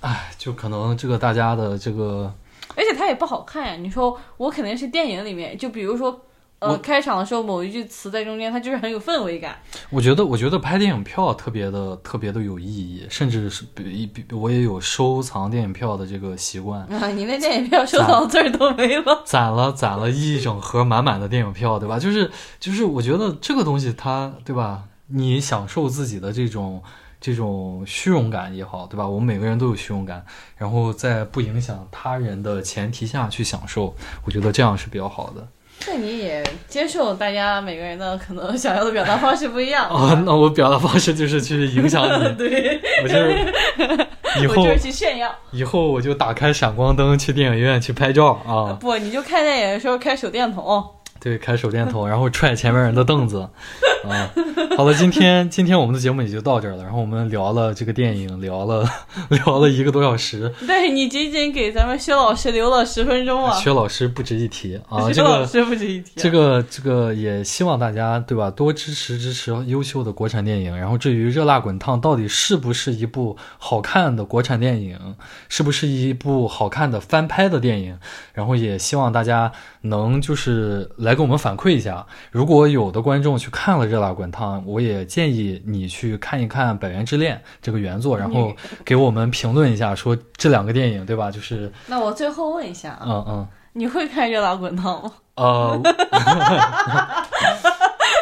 [SPEAKER 1] 哎，就可能这个大家的这个，
[SPEAKER 2] 而且它也不好看呀、你说我肯定是电影里面，就比如说。
[SPEAKER 1] 我
[SPEAKER 2] 呃，开场的时候某一句词在中间，它就是很有氛围感。
[SPEAKER 1] 我觉得，我觉得拍电影票特别的特别的有意义，甚至是比比我也有收藏电影票的这个习惯，
[SPEAKER 2] 啊，你那电影票收藏字儿都没了。
[SPEAKER 1] 攒了攒了一整盒满满的电影票，对吧？就是就是，我觉得这个东西它，对吧？你享受自己的这种这种虚荣感也好，对吧？我们每个人都有虚荣感，然后在不影响他人的前提下去享受，我觉得这样是比较好的。
[SPEAKER 2] 那你也接受大家每个人的可能想要的表达方式不一样。，
[SPEAKER 1] 哦，那我表达方式就是去影响你
[SPEAKER 2] 对，
[SPEAKER 1] 我就是以
[SPEAKER 2] 我
[SPEAKER 1] 后
[SPEAKER 2] 就是去炫耀。
[SPEAKER 1] 以后我就打开闪光灯去电影院去拍照啊，
[SPEAKER 2] 不，你就看电影的时候开手电筒。
[SPEAKER 1] 对，开手电筒，然后踹前面人的凳子啊。好了，今天今天我们的节目也就到这儿了，然后我们聊了这个电影，聊了 聊了一个多小时，
[SPEAKER 2] 对你仅仅给咱们薛老师留了十分钟啊！
[SPEAKER 1] 薛老师不值一提啊，
[SPEAKER 2] 薛
[SPEAKER 1] 这
[SPEAKER 2] 老
[SPEAKER 1] 个。
[SPEAKER 2] 师不值一提啊、
[SPEAKER 1] 这个这个也希望大家对吧，多支持支持优秀的国产电影。然后至于《热辣滚烫》到底是不是一部好看的国产电影，是不是一部好看的翻拍的电影，然后也希望大家能就是来给我们反馈一下。如果有的观众去看了《热辣滚烫》，我也建议你去看一看《百元之恋》这个原作，然后给我们评论一下，说这两个电影对吧？就是
[SPEAKER 2] 那我最后问一下啊，
[SPEAKER 1] 嗯嗯
[SPEAKER 2] 你会看《热辣滚烫》吗？
[SPEAKER 1] 呃，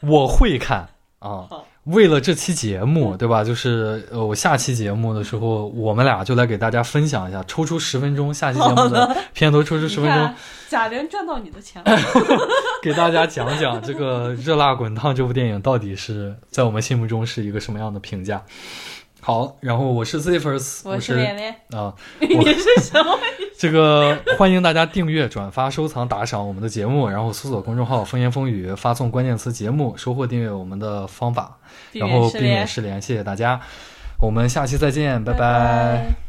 [SPEAKER 1] 我会看啊
[SPEAKER 2] 好。嗯
[SPEAKER 1] 为了这期节目，对吧？就是呃，我下期节目的时候，我们俩就来给大家分享一下，抽出十分钟，下期节目的片头抽出十分
[SPEAKER 2] 你
[SPEAKER 1] 钟哎
[SPEAKER 2] 看，，贾玲赚到你的钱了。
[SPEAKER 1] 给大家讲讲这个《热辣滚烫》这部电影到底是在我们心目中是一个什么样的评价。好，然后我是 Zippers，
[SPEAKER 2] 我
[SPEAKER 1] 是
[SPEAKER 2] 是连连，
[SPEAKER 1] 啊，
[SPEAKER 2] 你是什么？
[SPEAKER 1] 这个欢迎大家订阅、转发、收藏、打赏我们的节目，然后搜索公众号“风言风语”，发送关键词“节目”，收获订阅我们的方法，
[SPEAKER 2] 避
[SPEAKER 1] 然
[SPEAKER 2] 免
[SPEAKER 1] 后
[SPEAKER 2] 失
[SPEAKER 1] 避免
[SPEAKER 2] 联。
[SPEAKER 1] 失联。谢谢大家，我们下期再见，拜
[SPEAKER 2] 拜拜